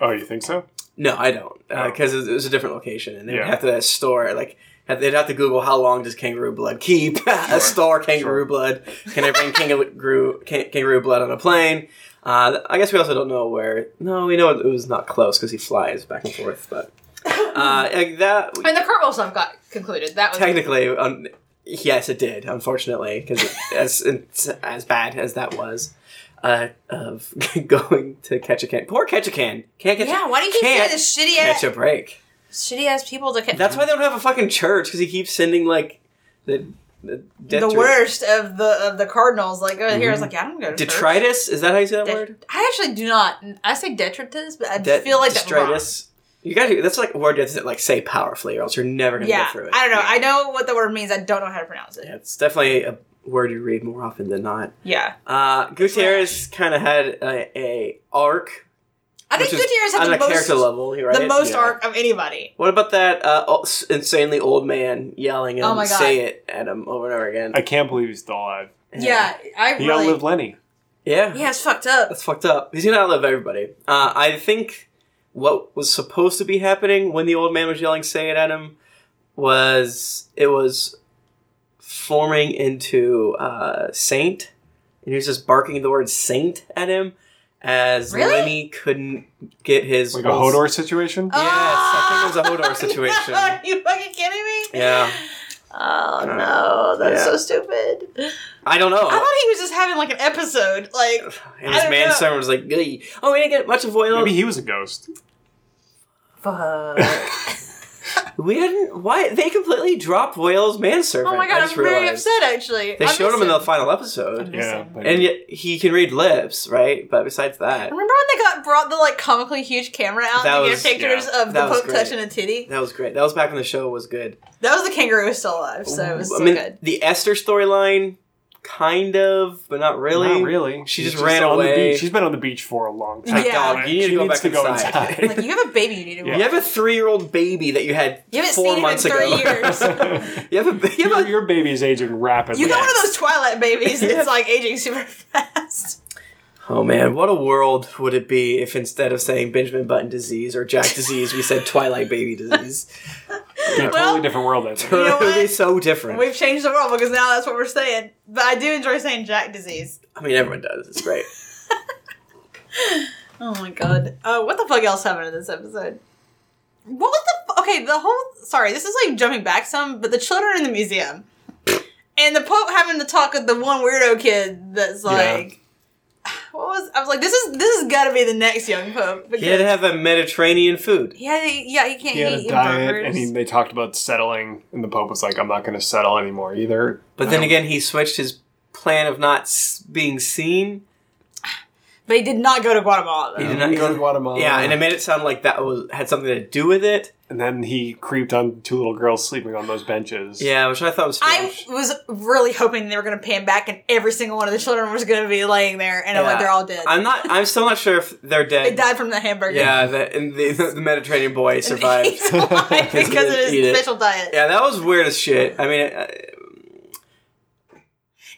Speaker 4: Oh, you think so?
Speaker 2: No, I don't, because it, was a different location, and they'd
Speaker 4: Oh. Yeah.
Speaker 2: have to that store like. have- They'd have to Google how long does kangaroo blood keep?
Speaker 4: Sure,
Speaker 2: a store kangaroo
Speaker 4: sure.
Speaker 2: blood. Can I bring kangaroo can, kangaroo blood on a plane? Uh, th- I guess we also don't know where. No, we know it was not close because he flies back and forth. But uh, like that
Speaker 3: And the Kerbal stuff got concluded. That was
Speaker 2: technically, um, yes, it did. Unfortunately, because as it's as bad as that was, uh, of going to Ketchikan. Poor Ketchikan can't get
Speaker 3: Yeah, why do you keep saying
Speaker 2: Can't
Speaker 3: this shitty
Speaker 2: catch
Speaker 3: ass,
Speaker 2: a break.
Speaker 3: shitty ass people to ca-
Speaker 2: That's why they don't have a fucking church because he keeps sending like the the,
Speaker 3: the
Speaker 2: detri-
Speaker 3: worst of the of the cardinals? Like over here, I was like, yeah, I don't go to church.
Speaker 2: detritus. Mm-hmm. Is that how you say that
Speaker 3: Det-
Speaker 2: word?
Speaker 3: I actually do not. I say detritus, but I
Speaker 2: Det-
Speaker 3: feel like that's wrong.
Speaker 2: detritus. You gotta. That's like a word you have to like say powerfully, or else you're never gonna
Speaker 3: Yeah,
Speaker 2: get through it.
Speaker 3: I don't know. I know what the word means. I don't know how to pronounce it.
Speaker 2: Yeah, it's definitely a word you read more often than not.
Speaker 3: Yeah,
Speaker 2: Uh, Gutierrez kind of had a, a arc.
Speaker 3: I think
Speaker 2: which is
Speaker 3: Gutierrez
Speaker 2: on
Speaker 3: had the
Speaker 2: a character
Speaker 3: most
Speaker 2: level. Right?
Speaker 3: the most
Speaker 4: Yeah.
Speaker 3: arc of anybody.
Speaker 2: What about that uh, o- s- insanely old man yelling and
Speaker 3: Oh my God.
Speaker 2: say it at him over and over again?
Speaker 4: I can't believe he's still alive.
Speaker 3: Yeah, I
Speaker 4: He
Speaker 3: really.
Speaker 4: outlived Lenny.
Speaker 2: yeah,
Speaker 3: yeah, it's fucked up.
Speaker 2: That's fucked up. He's gonna outlive everybody. Uh, I think what was supposed to be happening when the old man was yelling "Say it" at him was it was forming into uh, Saint, and he was just barking the word "Saint" at him as
Speaker 3: Really?
Speaker 2: Lenny couldn't get his
Speaker 4: Like a Hodor situation.
Speaker 2: Yes, I think it was a
Speaker 3: Ah,
Speaker 2: Hodor situation.
Speaker 3: no, Are you fucking kidding me?
Speaker 2: Yeah, Uh,
Speaker 3: Oh no, that's
Speaker 2: Yeah. Uh,
Speaker 3: so stupid.
Speaker 2: I don't know.
Speaker 3: I thought he was just having like an episode. Like
Speaker 2: and
Speaker 3: I
Speaker 2: his
Speaker 3: don't
Speaker 2: manservant was like, "Gee, "Oh, we didn't get much of oil.
Speaker 4: Maybe he was a ghost.
Speaker 3: fuck.
Speaker 2: we didn't. Why they completely dropped Whale's manservant?
Speaker 3: Oh my
Speaker 2: I
Speaker 3: god, I'm
Speaker 2: just
Speaker 3: very
Speaker 2: realized.
Speaker 3: upset actually.
Speaker 2: They
Speaker 3: I
Speaker 2: showed
Speaker 3: miss
Speaker 2: him in the final episode,
Speaker 4: Yeah,
Speaker 3: Listen.
Speaker 4: but
Speaker 2: and yet he can read lips, right? But besides that,
Speaker 3: Remember when they got brought the like comically huge camera out
Speaker 2: That
Speaker 3: to
Speaker 2: was-
Speaker 3: get pictures
Speaker 2: that
Speaker 3: of the
Speaker 2: was
Speaker 3: Pope
Speaker 2: great.
Speaker 3: touching a titty?
Speaker 2: that was great. That was back when the show was good.
Speaker 3: That was the kangaroo was still alive, so it was
Speaker 2: I
Speaker 3: so
Speaker 2: mean,
Speaker 3: good.
Speaker 2: the Esther storyline kind of, but not really.
Speaker 4: Not really.
Speaker 2: She
Speaker 4: She's
Speaker 2: just ran
Speaker 4: on the
Speaker 2: away.
Speaker 4: beach. She's been on the beach for a long time.
Speaker 2: Like,
Speaker 3: Yeah.
Speaker 2: dog, you need
Speaker 4: She
Speaker 2: to go
Speaker 4: needs
Speaker 2: back
Speaker 4: to go
Speaker 2: inside.
Speaker 4: inside.
Speaker 3: Like you have a baby you need to.
Speaker 4: Yeah.
Speaker 2: You
Speaker 3: watch.
Speaker 2: have a three-year-old baby that you had
Speaker 3: You haven't
Speaker 2: four
Speaker 3: seen him in
Speaker 2: months ago.
Speaker 3: three years.
Speaker 2: you have a you
Speaker 4: your,
Speaker 2: have a
Speaker 4: your baby is aging rapidly.
Speaker 3: You got one of those Twilight babies
Speaker 2: Yeah.
Speaker 3: that's like aging super fast.
Speaker 2: Oh man, what a world would it be if instead of saying Benjamin Button disease or Jack disease, we said Twilight baby disease?
Speaker 4: Yeah,
Speaker 3: Well-
Speaker 4: totally different world. That's
Speaker 3: know what?
Speaker 2: Totally so different.
Speaker 3: We've changed the world because now that's what we're saying. But I do enjoy saying Jack disease.
Speaker 2: I mean, everyone does. It's great.
Speaker 3: Oh my god. Uh, what the fuck else happened in this episode? What was the fu- okay? The whole sorry, this is like jumping back some, but the children in the museum and the Pope having the talk with the one weirdo kid that's
Speaker 4: Yeah.
Speaker 3: like. What was I was like? This is this has got to be the next young Pope.
Speaker 2: You had to have a Mediterranean food.
Speaker 3: yeah, yeah, he can't
Speaker 4: he had
Speaker 3: eat
Speaker 4: a diet,
Speaker 3: burgers.
Speaker 4: and he, they talked about settling, and the Pope was like, "I'm not going to settle anymore either."
Speaker 2: But
Speaker 3: Oh.
Speaker 2: then again, he switched his plan of not s- being seen.
Speaker 3: but he did not go to Guatemala.
Speaker 2: He
Speaker 3: Though.
Speaker 2: did
Speaker 4: Um,
Speaker 2: not-
Speaker 4: go to Guatemala.
Speaker 2: Yeah, and it made it sound like that was had something to do with it.
Speaker 4: And then he creeped on two little girls sleeping on those benches.
Speaker 2: Yeah, which I thought was
Speaker 3: I
Speaker 2: strange.
Speaker 3: was really hoping they were going to pan back and every single one of the children was going to be laying there and I'm
Speaker 2: Yeah.
Speaker 3: like, they're all dead.
Speaker 2: I'm not. I'm still not sure if they're
Speaker 3: they
Speaker 2: dead.
Speaker 3: died from the hamburger.
Speaker 2: Yeah, the, and the, the Mediterranean boy
Speaker 3: And
Speaker 2: survived.
Speaker 3: He's alive
Speaker 2: He
Speaker 3: because of
Speaker 2: didn't eat it.
Speaker 3: his special diet.
Speaker 2: yeah, that was weird as shit. I mean, uh,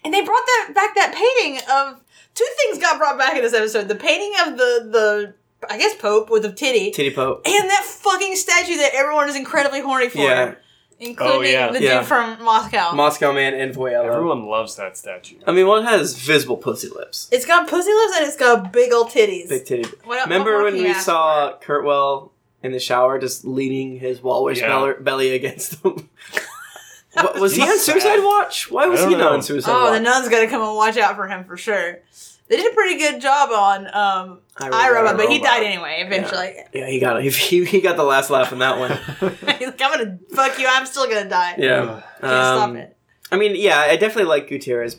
Speaker 3: And they brought that back that painting of two things got brought back in this episode. The painting of the the I guess Pope with the titty.
Speaker 2: titty pope.
Speaker 3: and that fucking statue that everyone is incredibly horny for.
Speaker 2: Yeah.
Speaker 3: Including
Speaker 4: Oh, yeah.
Speaker 3: the
Speaker 2: Yeah.
Speaker 3: dude from Moscow.
Speaker 2: Moscow Man and Voyella.
Speaker 4: everyone loves that statue.
Speaker 2: I mean, one has visible pussy lips.
Speaker 3: it's got pussy lips and it's got big old titties.
Speaker 2: Big titty.
Speaker 3: What- what
Speaker 2: Remember
Speaker 3: more
Speaker 2: when
Speaker 3: can you
Speaker 2: we
Speaker 3: ask
Speaker 2: saw Kurtwell in the shower just leaning his walrus
Speaker 4: Yeah.
Speaker 2: beller- belly against them? what, was he
Speaker 4: He's
Speaker 2: on suicide
Speaker 4: sad.
Speaker 2: watch? Why was
Speaker 4: I
Speaker 2: he
Speaker 4: don't
Speaker 2: not
Speaker 4: know.
Speaker 2: on suicide
Speaker 3: oh,
Speaker 2: watch?
Speaker 3: the nun's gotta come and watch out for him for sure. They did a pretty good job on um,
Speaker 2: I
Speaker 3: iRobot,
Speaker 2: Robot,
Speaker 3: but he
Speaker 2: Robot.
Speaker 3: died anyway. Eventually,
Speaker 2: yeah, he got it. He, he got the last laugh in that one.
Speaker 3: he's like, "I'm gonna fuck you. I'm still gonna die.
Speaker 2: Yeah.
Speaker 3: Can't stop
Speaker 2: Um,
Speaker 3: it."
Speaker 2: I mean, yeah, I definitely like Gutierrez,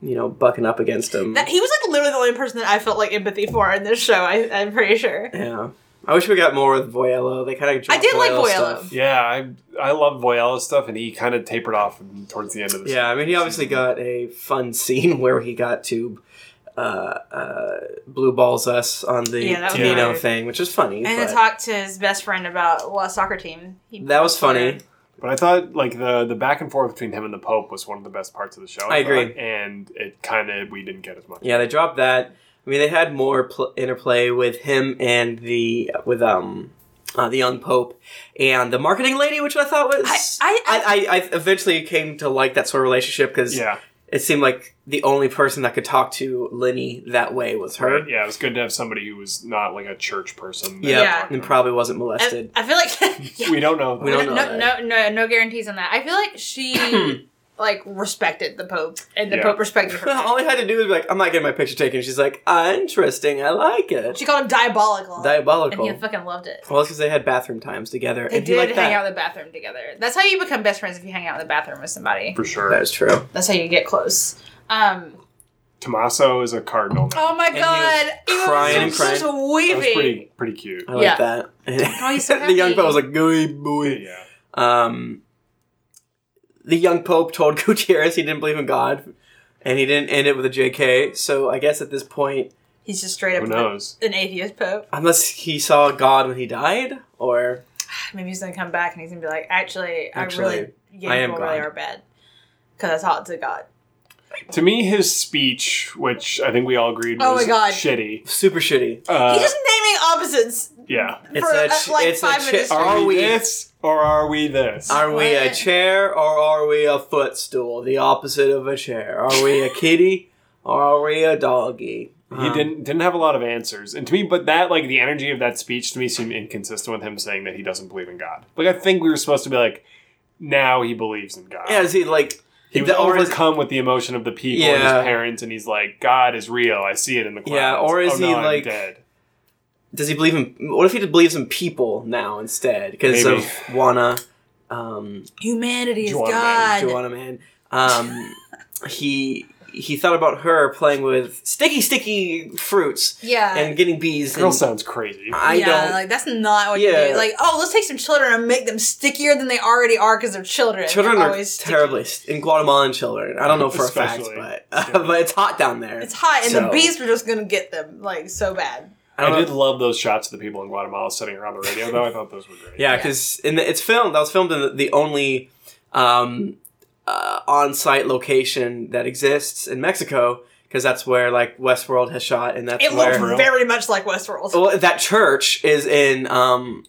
Speaker 2: you know, bucking up against him.
Speaker 3: That, he was like literally the only person that I felt like empathy for in this show. I, I'm pretty sure.
Speaker 2: yeah. I wish we got more with Voyello. They kind of
Speaker 3: I did like Voyello.
Speaker 2: Stuff.
Speaker 4: Yeah, I I love Voyella's stuff, and he kind of tapered off towards the end of the
Speaker 2: Yeah, I mean, he obviously got a fun scene where he got to uh, uh, blue balls us on the
Speaker 3: Yeah, that
Speaker 4: was
Speaker 2: Camino
Speaker 3: weird.
Speaker 2: thing, which is funny.
Speaker 3: And
Speaker 2: but
Speaker 3: then talked to his best friend about what soccer team. He
Speaker 2: that was funny.
Speaker 4: But I thought like the the back and forth between him and the Pope was one of the best parts of the show.
Speaker 2: I agree.
Speaker 4: thought, and it kind of we didn't get as much.
Speaker 2: Yeah, they dropped that. I mean, they had more pl- interplay with him and the with um uh, the young pope and the marketing lady, which I thought was
Speaker 3: I- I-
Speaker 2: I, I, I eventually came to like that sort of relationship because
Speaker 4: yeah,
Speaker 2: it seemed like the only person that could talk to Lenny that way was her.
Speaker 4: right. Yeah, it was good to have somebody who was not like a church person. that
Speaker 2: Yeah,
Speaker 3: Yeah.
Speaker 4: talked to
Speaker 2: and
Speaker 4: him.
Speaker 2: probably wasn't
Speaker 3: I,
Speaker 2: molested.
Speaker 3: I feel like
Speaker 4: we don't know.
Speaker 2: We don't
Speaker 3: no,
Speaker 2: know
Speaker 3: no, no, no guarantees on that. I feel like she like respected the Pope, and the
Speaker 4: Yeah.
Speaker 3: Pope respected her.
Speaker 2: All I had to do was be like, I'm not getting my picture taken. She's like, ah, interesting. I like it.
Speaker 3: She called him diabolical.
Speaker 2: Diabolical.
Speaker 3: And he fucking loved it.
Speaker 2: well, it's because they had bathroom times together.
Speaker 3: They
Speaker 2: and he
Speaker 3: did
Speaker 2: liked
Speaker 3: hang
Speaker 2: that.
Speaker 3: out in the bathroom together. That's how you become best friends if you hang out in the bathroom with somebody.
Speaker 4: for sure.
Speaker 2: That is true.
Speaker 3: That's how you get close. Um,
Speaker 4: Tommaso is a cardinal. Now.
Speaker 3: oh my
Speaker 2: he was
Speaker 3: god, he was,
Speaker 2: crying and
Speaker 3: just,
Speaker 2: crying.
Speaker 3: just
Speaker 4: that was
Speaker 3: weeping.
Speaker 4: pretty pretty cute.
Speaker 2: I like
Speaker 3: Yeah.
Speaker 2: that.
Speaker 3: he's so
Speaker 2: the young
Speaker 3: happy.
Speaker 2: pope was like, gooey boy.
Speaker 4: Yeah,
Speaker 2: Um, the young pope told Gutierrez he didn't believe in God, and he didn't end it with a JK. So I guess at this point,
Speaker 3: He's just straight up
Speaker 4: who knows?
Speaker 3: an atheist pope.
Speaker 2: unless he saw God when he died, or
Speaker 3: Maybe he's gonna come back and he's gonna be like, actually, I
Speaker 2: Actually,
Speaker 3: really, yeah,
Speaker 2: I am
Speaker 3: people really
Speaker 2: God.
Speaker 3: are bad because I talked to God.
Speaker 4: To me, his speech, which I think we all agreed was
Speaker 3: Oh my God.
Speaker 4: shitty.
Speaker 2: super shitty.
Speaker 4: Uh,
Speaker 3: he's just naming opposites.
Speaker 4: yeah.
Speaker 2: It's
Speaker 3: For,
Speaker 2: a
Speaker 3: uh,
Speaker 2: ch-
Speaker 3: like,
Speaker 2: it's a
Speaker 3: five
Speaker 2: ch-
Speaker 3: minutes
Speaker 2: Are
Speaker 4: Are
Speaker 2: we-
Speaker 4: we this or are we this?
Speaker 2: Are we a
Speaker 3: What?
Speaker 2: chair or are we a footstool? The opposite of a chair. Are we a kitty or are we a doggy?
Speaker 4: He didn't didn't have a lot of answers, and to me, but that like the energy of that speech to me seemed inconsistent with him saying that he doesn't believe in God. Like I think we were supposed to be like, now he believes in God.
Speaker 2: Yeah, is he like
Speaker 4: he was
Speaker 2: the- or is-
Speaker 4: overcome with the emotion of the people and
Speaker 2: Yeah.
Speaker 4: his parents, and he's like, God is real. I see it in the clouds.
Speaker 2: Yeah, or is
Speaker 4: Oh, no,
Speaker 2: he,
Speaker 4: I'm
Speaker 2: like-
Speaker 4: dead?
Speaker 2: does he believe in? What if he believes in people now instead because
Speaker 4: Maybe.
Speaker 2: of Juana, um,
Speaker 3: Humanity is
Speaker 4: Juana
Speaker 3: God.
Speaker 2: Juana man? Um, he he thought about her playing with sticky, sticky fruits
Speaker 3: Yeah.
Speaker 2: and getting bees.
Speaker 4: Girl
Speaker 2: and
Speaker 4: sounds crazy.
Speaker 2: I
Speaker 3: yeah,
Speaker 2: don't.
Speaker 3: like that's not what
Speaker 2: Yeah.
Speaker 3: you do. Like, oh, let's take some children and make them stickier than they already are because they're children.
Speaker 2: Children
Speaker 3: They're
Speaker 2: are
Speaker 3: always sticky.
Speaker 2: terribly in Guatemalan children. I don't know for a
Speaker 4: Especially.
Speaker 2: fact, but
Speaker 4: Yeah.
Speaker 2: but it's hot down there.
Speaker 3: It's hot, and the
Speaker 2: So-
Speaker 3: bees were just gonna get them like so bad.
Speaker 2: I don't
Speaker 4: I
Speaker 2: know-
Speaker 4: did love those shots of the people in Guatemala sitting around the radio, though. I thought those were great.
Speaker 2: Yeah, because it's filmed. That was filmed in the, the only um, uh, on-site location that exists in Mexico, because that's where like Westworld has shot, and that's Oh,
Speaker 3: It
Speaker 2: where
Speaker 3: looked
Speaker 4: Real?
Speaker 3: very much like Westworld.
Speaker 2: well, that church is in um,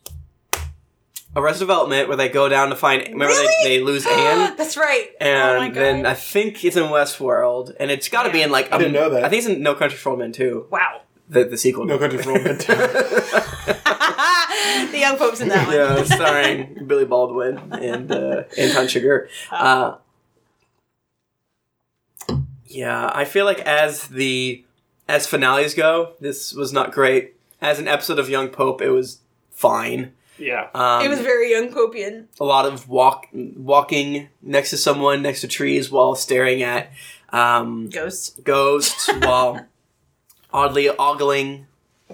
Speaker 2: Arrested Development, where they go down to find. Remember,
Speaker 3: Really?
Speaker 2: they, they lose Anne.
Speaker 3: that's right. oh my
Speaker 2: And
Speaker 3: God.
Speaker 2: then I think it's in Westworld, and it's got to be in like
Speaker 4: I didn't know that.
Speaker 2: I think it's in No Country for Old Men too,
Speaker 3: wow.
Speaker 2: the, the sequel.
Speaker 4: No Country for Old Men 2.
Speaker 3: the young pope's in that one.
Speaker 2: yeah, starring Billy Baldwin and uh, Anton Chigurh. Uh, yeah, I feel like as the as finales go, this was not great. As an episode of Young Pope, it was fine.
Speaker 4: Yeah.
Speaker 2: Um,
Speaker 3: it was very young popian.
Speaker 2: a lot of walk walking next to someone, next to trees, while staring at um,
Speaker 3: Ghosts.
Speaker 2: ghosts, while oddly ogling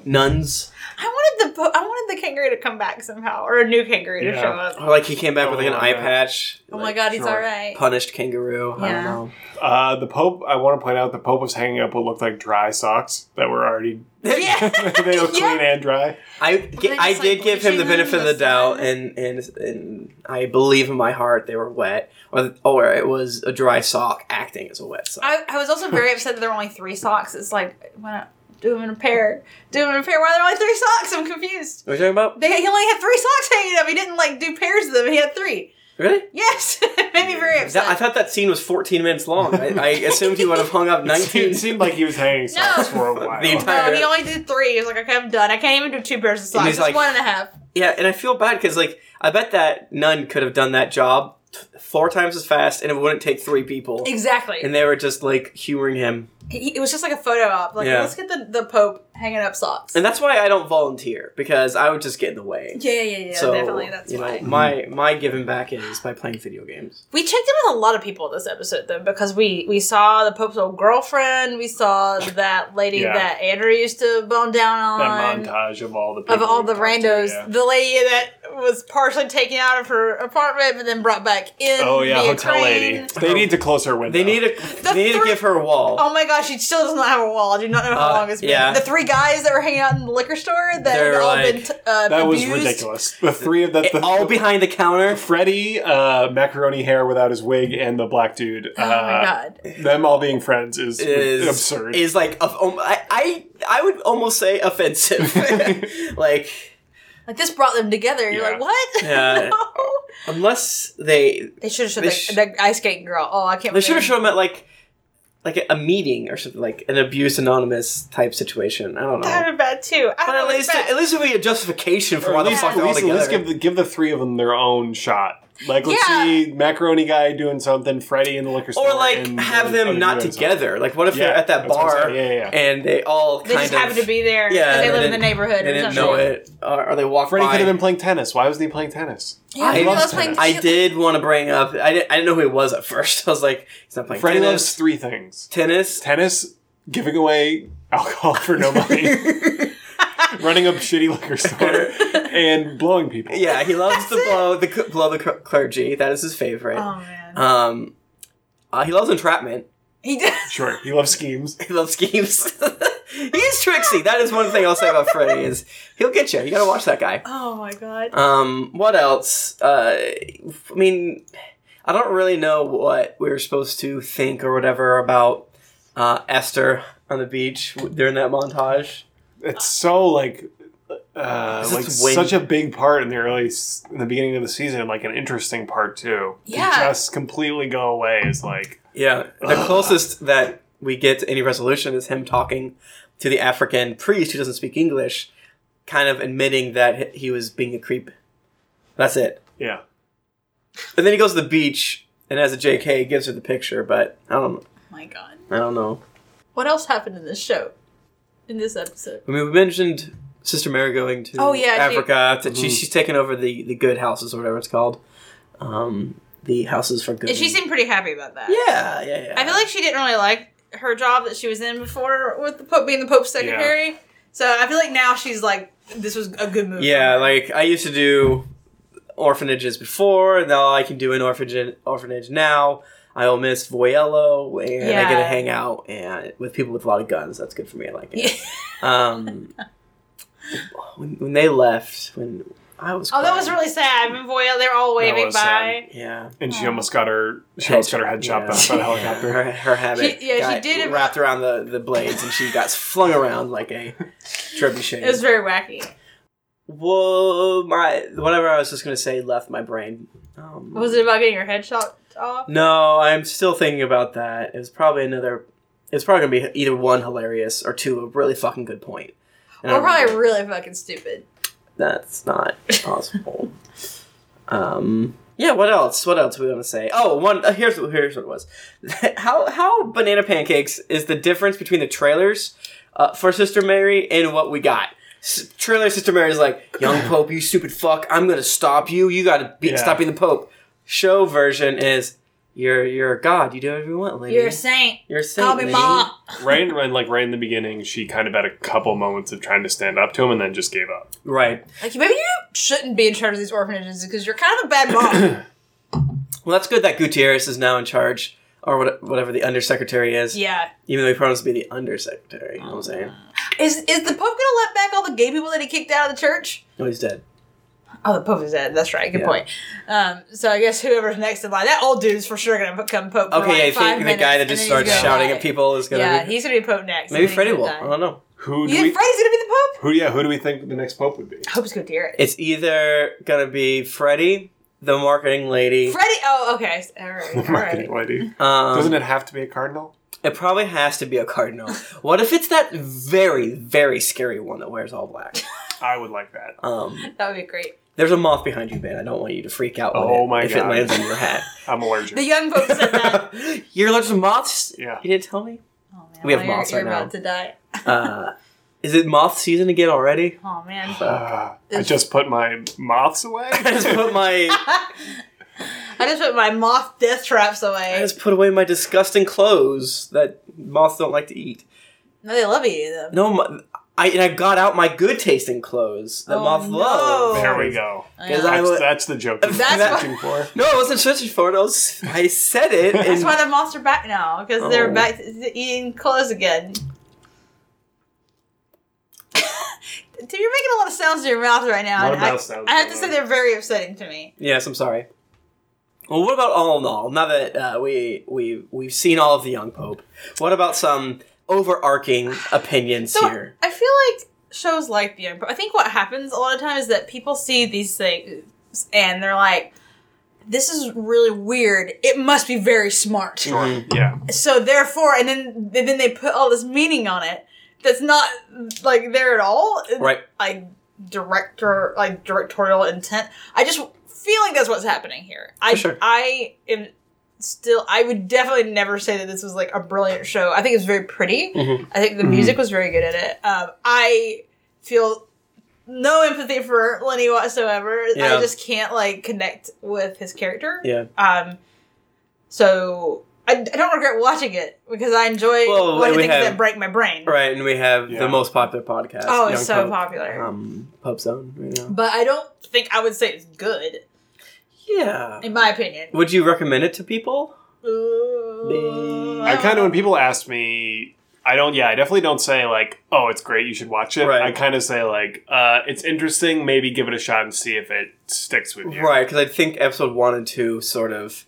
Speaker 2: nuns.
Speaker 3: I wanted the po- I wanted the kangaroo to come back somehow, or a new kangaroo to
Speaker 4: Yeah.
Speaker 3: show up.
Speaker 2: Or like he came back with like an
Speaker 4: Oh,
Speaker 2: eye
Speaker 4: yeah.
Speaker 2: patch.
Speaker 3: Oh my
Speaker 2: like,
Speaker 3: god, he's
Speaker 4: sure.
Speaker 3: all right.
Speaker 2: Punished kangaroo. I don't
Speaker 3: Yeah.
Speaker 2: know.
Speaker 4: Uh, the Pope, I want to point out the Pope was hanging up what looked like dry socks that were already.
Speaker 3: Yeah.
Speaker 4: they look
Speaker 3: Yeah.
Speaker 4: clean and dry.
Speaker 2: I,
Speaker 1: they
Speaker 2: gi-
Speaker 1: just,
Speaker 2: I
Speaker 1: like,
Speaker 2: did give him the
Speaker 1: bleaching them
Speaker 2: benefit of the
Speaker 1: with
Speaker 2: doubt,
Speaker 1: sun?
Speaker 2: and, and and I believe in my heart they were wet, or or it was a dry sock acting as a wet sock.
Speaker 3: I, I was also very upset that there were only three socks. It's like, why not do them in a pair? Do them in a pair. Why are there only three socks? I'm confused.
Speaker 2: what are you talking about?
Speaker 3: They, he only had three socks hanging up. He didn't like do pairs of them. He had three.
Speaker 2: Really?
Speaker 3: Yes, it made me very
Speaker 2: That-
Speaker 3: upset.
Speaker 2: I thought that scene was 14 minutes long. I, I assumed he would have hung up
Speaker 4: It seemed,
Speaker 2: 19.
Speaker 4: it seemed like he was hanging socks for a
Speaker 2: The
Speaker 4: while.
Speaker 2: entire-
Speaker 3: no, he only did three. He was like, okay, I'm done. I can't even do two pairs of socks.
Speaker 2: he's
Speaker 3: It's
Speaker 2: like-
Speaker 3: one and a half.
Speaker 2: yeah, and I feel bad because like I bet that nun could have done that job t- four times as fast, and it wouldn't take three people.
Speaker 3: Exactly.
Speaker 2: And they were just like humoring him,
Speaker 3: he, it was just like a photo op. Like,
Speaker 2: Yeah.
Speaker 3: let's get the, the Pope hanging up socks.
Speaker 2: and that's why I don't volunteer because I would just get in the way.
Speaker 3: yeah, yeah, yeah, yeah, definitely. That's
Speaker 2: you know,
Speaker 3: why.
Speaker 2: my my giving back is by playing video games.
Speaker 3: We checked in with a lot of people this episode though, because we we saw the Pope's old girlfriend, we saw that lady
Speaker 4: Yeah.
Speaker 3: that Andrew used to bone down
Speaker 4: that
Speaker 3: on.
Speaker 4: montage of all the people
Speaker 3: Of all
Speaker 4: we
Speaker 3: the
Speaker 4: talked to,
Speaker 3: randos,
Speaker 4: yeah.
Speaker 3: the lady that was partially taken out of her apartment but then brought back in.
Speaker 4: Oh yeah,
Speaker 3: via
Speaker 4: hotel
Speaker 3: crane.
Speaker 4: lady. They need to close her window.
Speaker 2: They need a they need to
Speaker 3: three-
Speaker 2: give her a wall.
Speaker 3: Oh my gosh, she still does not have a wall. I do not know how
Speaker 2: Uh,
Speaker 3: long it's been.
Speaker 2: yeah.
Speaker 3: The three guys that were hanging out in the liquor store that
Speaker 2: They're
Speaker 3: had all
Speaker 2: like-
Speaker 3: been t- uh,
Speaker 4: that was
Speaker 3: abused.
Speaker 4: ridiculous. The three of that.
Speaker 2: It-
Speaker 4: The,
Speaker 2: all behind the counter.
Speaker 4: Freddie, uh, macaroni hair without his wig, and the black dude. uh,
Speaker 3: Oh my god!
Speaker 4: Them all being friends is,
Speaker 2: Is
Speaker 4: absurd.
Speaker 2: Is like of- um, I, I I would almost say offensive. like
Speaker 3: Like this brought them together. You're
Speaker 4: Yeah.
Speaker 3: like, what?
Speaker 2: Yeah.
Speaker 3: no.
Speaker 2: unless they
Speaker 3: They should have showed
Speaker 2: They
Speaker 3: the,
Speaker 2: sh-
Speaker 3: the ice skating girl. Oh, I can't.
Speaker 2: they should
Speaker 3: remember.
Speaker 2: have shown them at like like a, a meeting or something like an abuse anonymous type situation. I don't
Speaker 3: That
Speaker 2: know.
Speaker 3: would be bad too.
Speaker 2: Oh.
Speaker 3: I
Speaker 2: But at
Speaker 3: don't know.
Speaker 2: least at least it would be a justification for why the
Speaker 4: least,
Speaker 2: fuck
Speaker 4: at
Speaker 2: they're all
Speaker 4: least, at
Speaker 2: together.
Speaker 4: least give the give the three of them their own shot. Like let's
Speaker 3: Yeah.
Speaker 4: see macaroni guy doing something, Freddie in the liquor store,
Speaker 2: or like
Speaker 4: and
Speaker 2: have
Speaker 4: the
Speaker 2: them
Speaker 4: other
Speaker 2: not
Speaker 4: dude doing
Speaker 2: together. Like what if
Speaker 4: something.
Speaker 2: they're at that
Speaker 4: that's what
Speaker 2: bar
Speaker 4: I'm saying. Yeah, yeah. yeah.
Speaker 2: and they all
Speaker 3: they
Speaker 2: kind
Speaker 3: just
Speaker 2: of
Speaker 3: happen to be there.
Speaker 2: Yeah,
Speaker 3: Yeah, they
Speaker 2: they
Speaker 3: live in the
Speaker 2: didn't-
Speaker 3: neighborhood.
Speaker 2: they
Speaker 3: or
Speaker 2: didn't
Speaker 3: something.
Speaker 2: know it or, or they walk
Speaker 4: Freddie
Speaker 2: by.
Speaker 4: could have been playing tennis. Why wasn't he playing tennis?
Speaker 3: Yeah,
Speaker 2: I
Speaker 3: he
Speaker 2: love
Speaker 3: loves playing.
Speaker 4: tennis.
Speaker 2: I did want to bring up. I didn't, I didn't know who he was at first. I was like, he's not playing
Speaker 4: Freddie loves
Speaker 2: tennis.
Speaker 4: three things:
Speaker 2: tennis.
Speaker 4: tennis, giving away alcohol for no money, running a shitty liquor store, and blowing people.
Speaker 2: yeah, he loves to
Speaker 3: That's it.
Speaker 2: blow the cl- blow the cl- clergy. That is his favorite.
Speaker 3: Oh man,
Speaker 2: Um, uh, he loves entrapment.
Speaker 3: he did.
Speaker 4: sure. He loves schemes.
Speaker 2: He loves schemes. he is tricksy. That is one thing I'll say about Freddie is he'll get you. You gotta watch that guy.
Speaker 3: Oh my god.
Speaker 2: Um, what else? Uh, I mean, I don't really know what we were supposed to think or whatever about uh, Esther on the beach during that montage.
Speaker 4: It's so like. Uh,
Speaker 2: It's
Speaker 4: like
Speaker 2: just way-
Speaker 4: such a big part in the early, s- in the beginning of the season, like an interesting part too. To
Speaker 3: Yeah.
Speaker 4: just completely go away is like
Speaker 2: Yeah, the
Speaker 4: Ugh.
Speaker 2: closest that we get to any resolution is him talking to the African priest who doesn't speak English, kind of admitting that he was being a creep. That's it.
Speaker 4: yeah.
Speaker 2: And then he goes to the beach and as a JK gives her the picture, but I don't
Speaker 3: Oh my god.
Speaker 2: I don't know.
Speaker 3: What else happened in this show? In this episode?
Speaker 2: I mean, we mentioned Sister Mary going to
Speaker 3: Oh, yeah, she-
Speaker 2: Africa. to- she,
Speaker 4: Mhm.
Speaker 2: she's taking over the the good houses or whatever it's called. Um, the houses for good.
Speaker 3: And she seemed pretty happy about that.
Speaker 2: yeah, yeah, yeah.
Speaker 3: I feel like she didn't really like her job that she was in before with the Pope being the Pope's secretary. So I feel like now she's like, this was a good move.
Speaker 2: Yeah, like I used to do orphanages before, and now I can do an orphanage orphanage now. I will miss Voyello, and I get to
Speaker 3: Yeah.
Speaker 2: hang out and with people with a lot of guns. That's good for me. I like it. um, when, when they left, when I was
Speaker 3: Oh, that was
Speaker 2: crying.
Speaker 3: really sad. And Voya, they're all waving
Speaker 4: was
Speaker 3: bye.
Speaker 2: yeah.
Speaker 4: And she
Speaker 3: Aw.
Speaker 4: almost got her she
Speaker 2: Head-
Speaker 4: almost got her head chopped
Speaker 2: yeah.
Speaker 4: off by the helicopter.
Speaker 2: Her, her habit.
Speaker 3: She- yeah, she
Speaker 2: got
Speaker 3: did it-
Speaker 2: wrapped around the, the blades, and she got flung around like a trebuchet.
Speaker 3: It was very wacky.
Speaker 2: Whoa, my whatever I was just gonna say left my brain. Um,
Speaker 3: Was it about getting your head shot off?
Speaker 2: No, I'm still thinking about that. It was probably another. It's probably gonna be either one hilarious or two a really fucking good point. And
Speaker 3: Or
Speaker 2: I'm-
Speaker 3: probably really fucking stupid.
Speaker 2: that's not possible. um. Yeah. What else? What else we want to say? Oh, one. Uh, here's what. Here's what it was. how how banana pancakes is the difference between the trailers uh, for Sister Mary and what we got. S- trailer Sister Mary's like, "Young Pope, you stupid fuck! I'm gonna stop you. You gotta be,
Speaker 4: Yeah.
Speaker 2: stop being the Pope." Show version is, "You're you're a god. You do whatever you want, lady.
Speaker 3: You're a saint.
Speaker 2: You're a saint,
Speaker 3: Call me
Speaker 2: lady."
Speaker 3: mom.
Speaker 4: Rain, when like right in the beginning, she kind of had a couple moments of trying to stand up to him and then just gave up.
Speaker 2: Right.
Speaker 3: Like maybe you shouldn't be in charge of these orphanages because you're kind of a bad mom.
Speaker 2: Well, that's good that Gutierrez is now in charge, or what, whatever the undersecretary is.
Speaker 3: yeah.
Speaker 2: Even though he promised to be the undersecretary. You know what I'm saying?
Speaker 3: Is is the Pope gonna let back all the gay people that he kicked out of the church?
Speaker 2: No, he's dead.
Speaker 3: Oh, the Pope is dead. That's right. Good
Speaker 2: Yeah.
Speaker 3: point. Um, so I guess whoever's next in line, that old dude's for sure gonna become Pope. For
Speaker 2: Okay,
Speaker 3: like
Speaker 2: I
Speaker 3: five
Speaker 2: think the
Speaker 3: minutes,
Speaker 2: guy that
Speaker 3: and
Speaker 2: just
Speaker 3: then he's
Speaker 2: starts
Speaker 3: gonna
Speaker 2: shouting
Speaker 3: die.
Speaker 2: at people is gonna
Speaker 3: Yeah,
Speaker 2: be.
Speaker 3: he's gonna be Pope next.
Speaker 2: Maybe
Speaker 3: and then
Speaker 2: Freddy
Speaker 3: he's
Speaker 2: will.
Speaker 3: gonna
Speaker 2: I
Speaker 3: die.
Speaker 2: don't know.
Speaker 4: Who
Speaker 3: You
Speaker 4: do
Speaker 3: think
Speaker 4: we,
Speaker 3: Freddy's gonna be the Pope?
Speaker 4: who yeah, who do we think the next pope would be?
Speaker 3: Pope's gonna do it.
Speaker 2: It's either gonna be Freddy, the marketing lady.
Speaker 3: Freddy. Oh, okay. All right. All right.
Speaker 4: Marketing lady.
Speaker 2: Um,
Speaker 4: Doesn't it have to be a cardinal?
Speaker 2: It probably has to be a cardinal. what if it's that very, very scary one that wears all black?
Speaker 4: I would like that.
Speaker 2: Um,
Speaker 3: That would be great.
Speaker 2: there's a moth behind you, man. I don't want you to freak out. when
Speaker 4: Oh
Speaker 2: it-
Speaker 4: my
Speaker 2: If it
Speaker 4: God.
Speaker 2: lands on your hat,
Speaker 4: I'm allergic.
Speaker 3: The young Pope said that.
Speaker 2: you're allergic to moths.
Speaker 4: yeah.
Speaker 2: You didn't tell me.
Speaker 3: Oh, man.
Speaker 2: We have
Speaker 3: well, you're-
Speaker 2: moths
Speaker 3: you're,
Speaker 2: right now.
Speaker 3: about to die.
Speaker 2: Uh, is it moth season again already?
Speaker 3: Oh man.
Speaker 4: Uh, I just put my moths away.
Speaker 2: I just put my
Speaker 3: I just put my moth death traps
Speaker 2: I
Speaker 3: away.
Speaker 2: just put away my disgusting clothes that moths don't like to eat.
Speaker 3: No, they love you. Though.
Speaker 2: No, my, I and I got out my good tasting clothes that
Speaker 3: Oh,
Speaker 2: moths
Speaker 3: no.
Speaker 2: love.
Speaker 4: there we go.
Speaker 2: Because
Speaker 3: Yeah.
Speaker 2: I
Speaker 4: That's,
Speaker 2: would-
Speaker 4: that's the joke. you were
Speaker 3: That's what-
Speaker 4: searching for.
Speaker 2: No, I wasn't searching for it. I, was, I said it. And
Speaker 3: That's why the moths are back now because they're
Speaker 2: Oh.
Speaker 3: back to- to eating clothes again. Dude, you're making a lot of sounds to your mouth right now.
Speaker 4: A lot
Speaker 3: and
Speaker 4: of
Speaker 3: I,
Speaker 4: mouth sounds
Speaker 3: I have to
Speaker 4: going
Speaker 3: say
Speaker 4: on.
Speaker 3: they're very upsetting to me.
Speaker 2: yes, I'm sorry. Well, what about all in all? Now that uh, we we we've seen all of the young pope, what about some overarching opinions
Speaker 3: So
Speaker 2: here?
Speaker 3: I feel like shows like The Young Pope. I think what happens a lot of times is that people see these things and they're like, "This is really weird. It must be very smart."
Speaker 2: Mhm.
Speaker 4: Yeah.
Speaker 3: So therefore, and then and then they put all this meaning on it that's not like there at all.
Speaker 2: Right.
Speaker 3: Like director, like directorial intent. I just feel like that's what's happening here. I
Speaker 2: For sure.
Speaker 3: I am still. I would definitely never say that this was like a brilliant show. I think it was very pretty.
Speaker 2: Mhm.
Speaker 3: I think the music was very good in it. Um, I feel no empathy for Lenny whatsoever.
Speaker 2: Yeah.
Speaker 3: I just can't like connect with his character.
Speaker 2: Yeah.
Speaker 3: Um, so I, I don't regret watching it because I enjoy
Speaker 2: Well,
Speaker 3: watching
Speaker 2: we
Speaker 3: things
Speaker 2: have-
Speaker 3: that break my brain.
Speaker 2: Right, and we have
Speaker 4: Yeah.
Speaker 2: the most popular podcast.
Speaker 3: Oh, it's
Speaker 2: Young
Speaker 3: so
Speaker 2: Pope,
Speaker 3: popular.
Speaker 2: Um, Pope Zone. Right now.
Speaker 3: but I don't think I would say it's good,
Speaker 2: Yeah.
Speaker 3: in my opinion.
Speaker 2: Would you recommend it to people?
Speaker 3: Ooh,
Speaker 4: I kind of when
Speaker 3: don't-
Speaker 4: people ask me, I don't. Yeah, I definitely don't say like, "Oh, it's great, you should watch it."
Speaker 2: Right.
Speaker 4: I kind of say like, uh, "It's interesting, maybe give it a shot and see if it sticks with you."
Speaker 2: Right, because I think episode one and two sort of,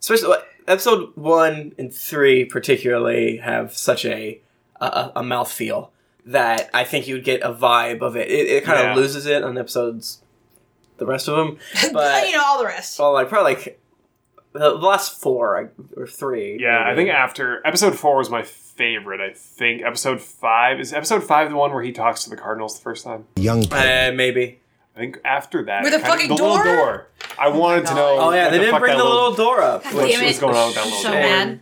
Speaker 2: especially episode one and three particularly have such a a, a mouthfeel that I think you'd get a vibe of it. It, it kind of
Speaker 4: Yeah.
Speaker 2: loses it on episodes, the rest of them. But
Speaker 3: you know all the rest.
Speaker 2: well, like probably like the the last four I- or three.
Speaker 4: Yeah, I
Speaker 2: maybe.
Speaker 4: think after episode four was my favorite. I think episode five is episode five the one where he talks to the Cardinals the first time.
Speaker 5: Young Pope.
Speaker 2: Uh, maybe.
Speaker 4: I think after that,
Speaker 3: With a
Speaker 4: it kinda-
Speaker 3: fucking
Speaker 4: the little
Speaker 3: door?
Speaker 4: door. I wanted to
Speaker 3: God.
Speaker 4: know.
Speaker 2: Oh yeah,
Speaker 4: what
Speaker 2: they didn't
Speaker 4: fuck
Speaker 2: bring
Speaker 4: that
Speaker 2: the little door up.
Speaker 1: God
Speaker 4: What's-
Speaker 1: damn it.
Speaker 4: what's going on with that little
Speaker 1: so
Speaker 4: door?
Speaker 1: mad.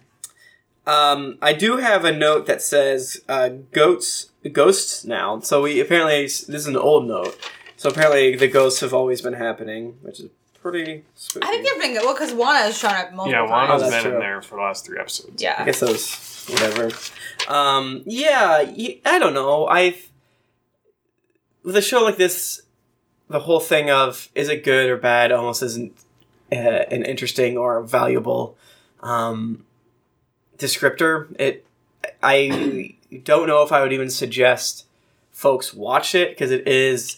Speaker 2: Um, I do have a note that says uh, goats, ghosts now. So we apparently this is an old note. So apparently the ghosts have always been happening, which is pretty spooky.
Speaker 3: I think they've been good. Well, because Wana's shown up multiple
Speaker 4: Yeah,
Speaker 3: times.
Speaker 4: Wana's
Speaker 2: that's
Speaker 4: been
Speaker 2: true.
Speaker 4: in there for the last three
Speaker 2: I
Speaker 4: episodes.
Speaker 3: Yeah.
Speaker 2: guess that was whatever. Um, yeah, y- I don't know. I with a show like this, the whole thing of is it good or bad almost isn't uh, an interesting or valuable um, descriptor. It I don't know if I would even suggest folks watch it because it is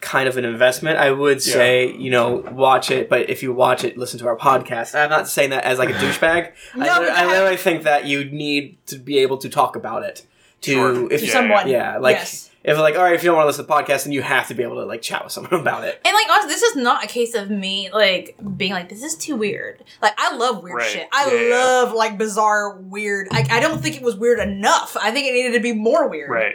Speaker 2: kind of an investment. I would
Speaker 4: Yeah.
Speaker 2: say you know watch it, but if you watch it, listen to our podcast. I'm not saying that as like a douchebag. I,
Speaker 3: No,
Speaker 2: literally,
Speaker 3: but
Speaker 2: I
Speaker 3: that-
Speaker 2: literally think that you need to be able to talk about it to
Speaker 4: Sure.
Speaker 2: if
Speaker 3: To
Speaker 4: Yeah,
Speaker 3: someone.
Speaker 2: yeah, like
Speaker 3: Yes.
Speaker 2: if like all right, if you don't want to listen to the podcast, then you have to be able to like chat with someone about it.
Speaker 3: And like honestly, this is not a case of me like being like this is too weird. Like I love weird
Speaker 4: Right.
Speaker 3: shit. I
Speaker 4: Yeah, yeah.
Speaker 3: love like bizarre weird. I, I don't think it was weird enough. I think it needed to be more weird.
Speaker 4: Right.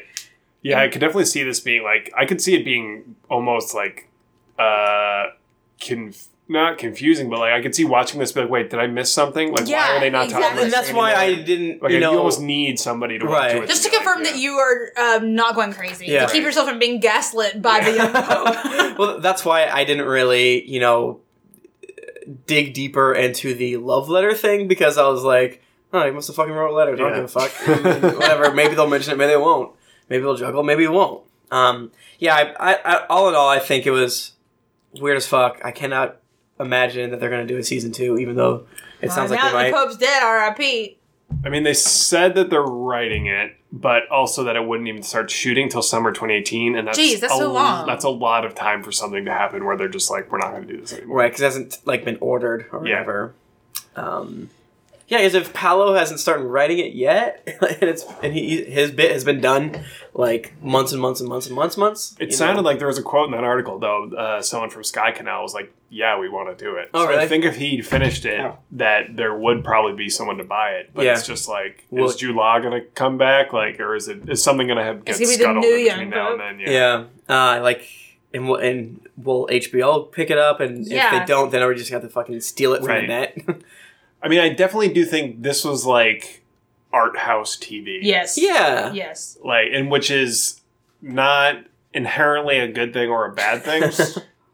Speaker 4: Yeah, I could definitely see this being like I could see it being almost like uh conf- not confusing, but like I could see watching this be like, wait, did I miss something? Like why
Speaker 3: Yeah,
Speaker 4: are they not
Speaker 3: exactly.
Speaker 4: talking about
Speaker 2: And
Speaker 4: this
Speaker 2: that's why I
Speaker 4: anymore?
Speaker 2: didn't
Speaker 4: like
Speaker 2: you
Speaker 4: you
Speaker 2: know
Speaker 4: almost need somebody to watch
Speaker 2: Right.
Speaker 4: it.
Speaker 3: Just to confirm that you are um, not going crazy.
Speaker 2: Yeah.
Speaker 3: to keep yourself from being gaslit by the young pope.
Speaker 2: well, that's why I didn't really, you know, dig deeper into the love letter thing because I was like, oh, he must have fucking wrote a letter. Don't
Speaker 4: Yeah.
Speaker 2: give a fuck. Whatever. Maybe they'll mention it. Maybe they won't. Maybe they'll juggle. Maybe it won't. Um, yeah. I, I, I, all in all, I think it was weird as fuck. I cannot imagine that they're gonna do a season two, even though it sounds
Speaker 3: now
Speaker 2: like they
Speaker 3: that
Speaker 2: might.
Speaker 3: the pope's dead, R.I.P.
Speaker 4: I mean, they said that they're writing it, but also that it wouldn't even start shooting till summer 2018, and that's
Speaker 3: Jeez, that's
Speaker 4: a,
Speaker 3: so long.
Speaker 4: That's a lot of time for something to happen where they're just like, we're not going to do this anymore.
Speaker 2: Right, because it hasn't like been ordered or
Speaker 4: Yeah.
Speaker 2: whatever. Um, yeah, because if Paolo hasn't started writing it yet, and it's and he his bit has been done like months and months and months and months months.
Speaker 4: It
Speaker 2: you know?
Speaker 4: sounded like there was a quote in that article though. Uh, someone from Sky Canal was like, "Yeah, we want to do it."
Speaker 2: Oh,
Speaker 4: so
Speaker 2: really?
Speaker 4: I think if he finished it,
Speaker 2: Ow.
Speaker 4: that there would probably be someone to buy it. But
Speaker 2: Yeah.
Speaker 4: it's just like,
Speaker 2: Well-
Speaker 4: is Jude Law going to come back? Like, or is it is something going to have
Speaker 3: Is
Speaker 4: get
Speaker 3: he be the
Speaker 4: scuttled
Speaker 3: new
Speaker 4: in
Speaker 3: young
Speaker 4: between now
Speaker 3: pope?
Speaker 4: and then?
Speaker 2: yeah, uh, like and will and will HBO pick it up? And if
Speaker 3: Yeah.
Speaker 2: they don't, then we just have to fucking steal it from the
Speaker 4: Right.
Speaker 2: net.
Speaker 4: I mean, I definitely do think this was like art house TV.
Speaker 3: Yes.
Speaker 2: yeah,
Speaker 3: Yes.
Speaker 4: like, and which is not inherently a good thing or a bad thing.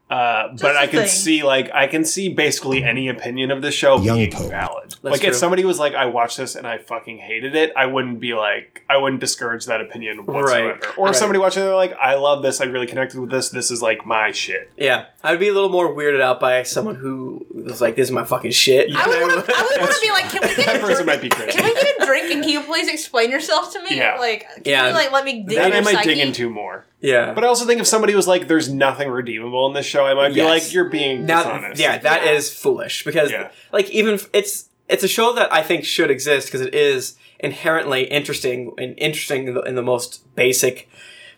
Speaker 4: Uh, but
Speaker 3: a
Speaker 4: I can
Speaker 3: thing.
Speaker 4: see, like, I can see basically any opinion of the show
Speaker 5: Young
Speaker 4: being
Speaker 5: Pope.
Speaker 4: valid.
Speaker 2: That's
Speaker 4: like,
Speaker 2: true.
Speaker 4: if somebody was like, "I watched this and I fucking hated it," I wouldn't be like, I wouldn't discourage that opinion whatsoever. Or
Speaker 2: Right.
Speaker 4: if somebody watching, it, they're like, "I love this. I really connected with this. This is like my shit."
Speaker 2: yeah. I'd be a little more weirded out by someone who was like, "This is my fucking shit."
Speaker 3: I would want to. I would want to be like, can we get
Speaker 4: That
Speaker 3: a drink?
Speaker 4: person might be crazy.
Speaker 3: Can we get a drink? And can you please explain yourself to me?
Speaker 4: Yeah.
Speaker 3: Like, can
Speaker 2: Yeah.
Speaker 3: you like let me dig,
Speaker 4: That I
Speaker 3: your
Speaker 4: might dig
Speaker 3: psyche?
Speaker 4: into more.
Speaker 2: yeah,
Speaker 4: But I also think if somebody was like, "There's nothing redeemable in this show," I might be
Speaker 2: Yes.
Speaker 4: like, "You're being
Speaker 2: now,
Speaker 4: dishonest."
Speaker 2: yeah, that is
Speaker 3: Yeah.
Speaker 2: foolish because
Speaker 4: Yeah.
Speaker 2: like even f- it's it's a show that I think should exist because it is inherently interesting and interesting in the, in the most basic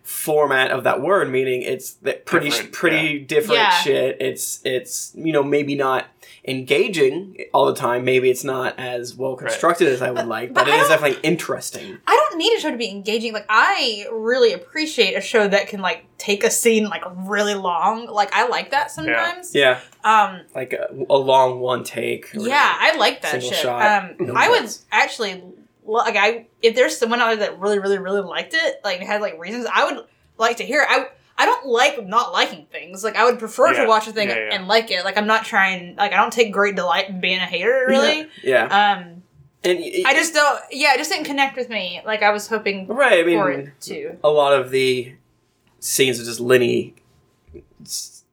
Speaker 2: format of that word, meaning it's that pretty
Speaker 4: Different,
Speaker 2: pretty different
Speaker 3: Yeah.
Speaker 2: shit. It's it's you know maybe not engaging all the time. Maybe it's not as well constructed as I would like, but,
Speaker 3: but
Speaker 2: it
Speaker 3: I
Speaker 2: is
Speaker 3: don't-
Speaker 2: definitely interesting.
Speaker 3: I don't need a show to be engaging. Like, I really appreciate a show that can like take a scene like really long. Like, I like that sometimes.
Speaker 2: Yeah,
Speaker 3: Um.
Speaker 2: like a, a long one take. or
Speaker 3: Yeah, I like that
Speaker 2: Single
Speaker 3: shit.
Speaker 2: shot,
Speaker 3: um,
Speaker 2: no
Speaker 3: I would
Speaker 2: cuts.
Speaker 3: actually lo- like I if there's someone out there that really, really, really liked it, like had like reasons, I would like to hear. It. I I don't like not liking things. Like I would prefer
Speaker 4: Yeah,
Speaker 3: to watch a thing
Speaker 4: yeah, yeah.
Speaker 3: and like it. Like I'm not trying. Like I don't take great delight in being a hater. Really.
Speaker 2: yeah.
Speaker 3: Um.
Speaker 2: And y-
Speaker 3: I just don't. Yeah, it just didn't connect with me. Like I was hoping
Speaker 2: right. I mean,
Speaker 3: for it to.
Speaker 2: a lot of the scenes are just Lenny s-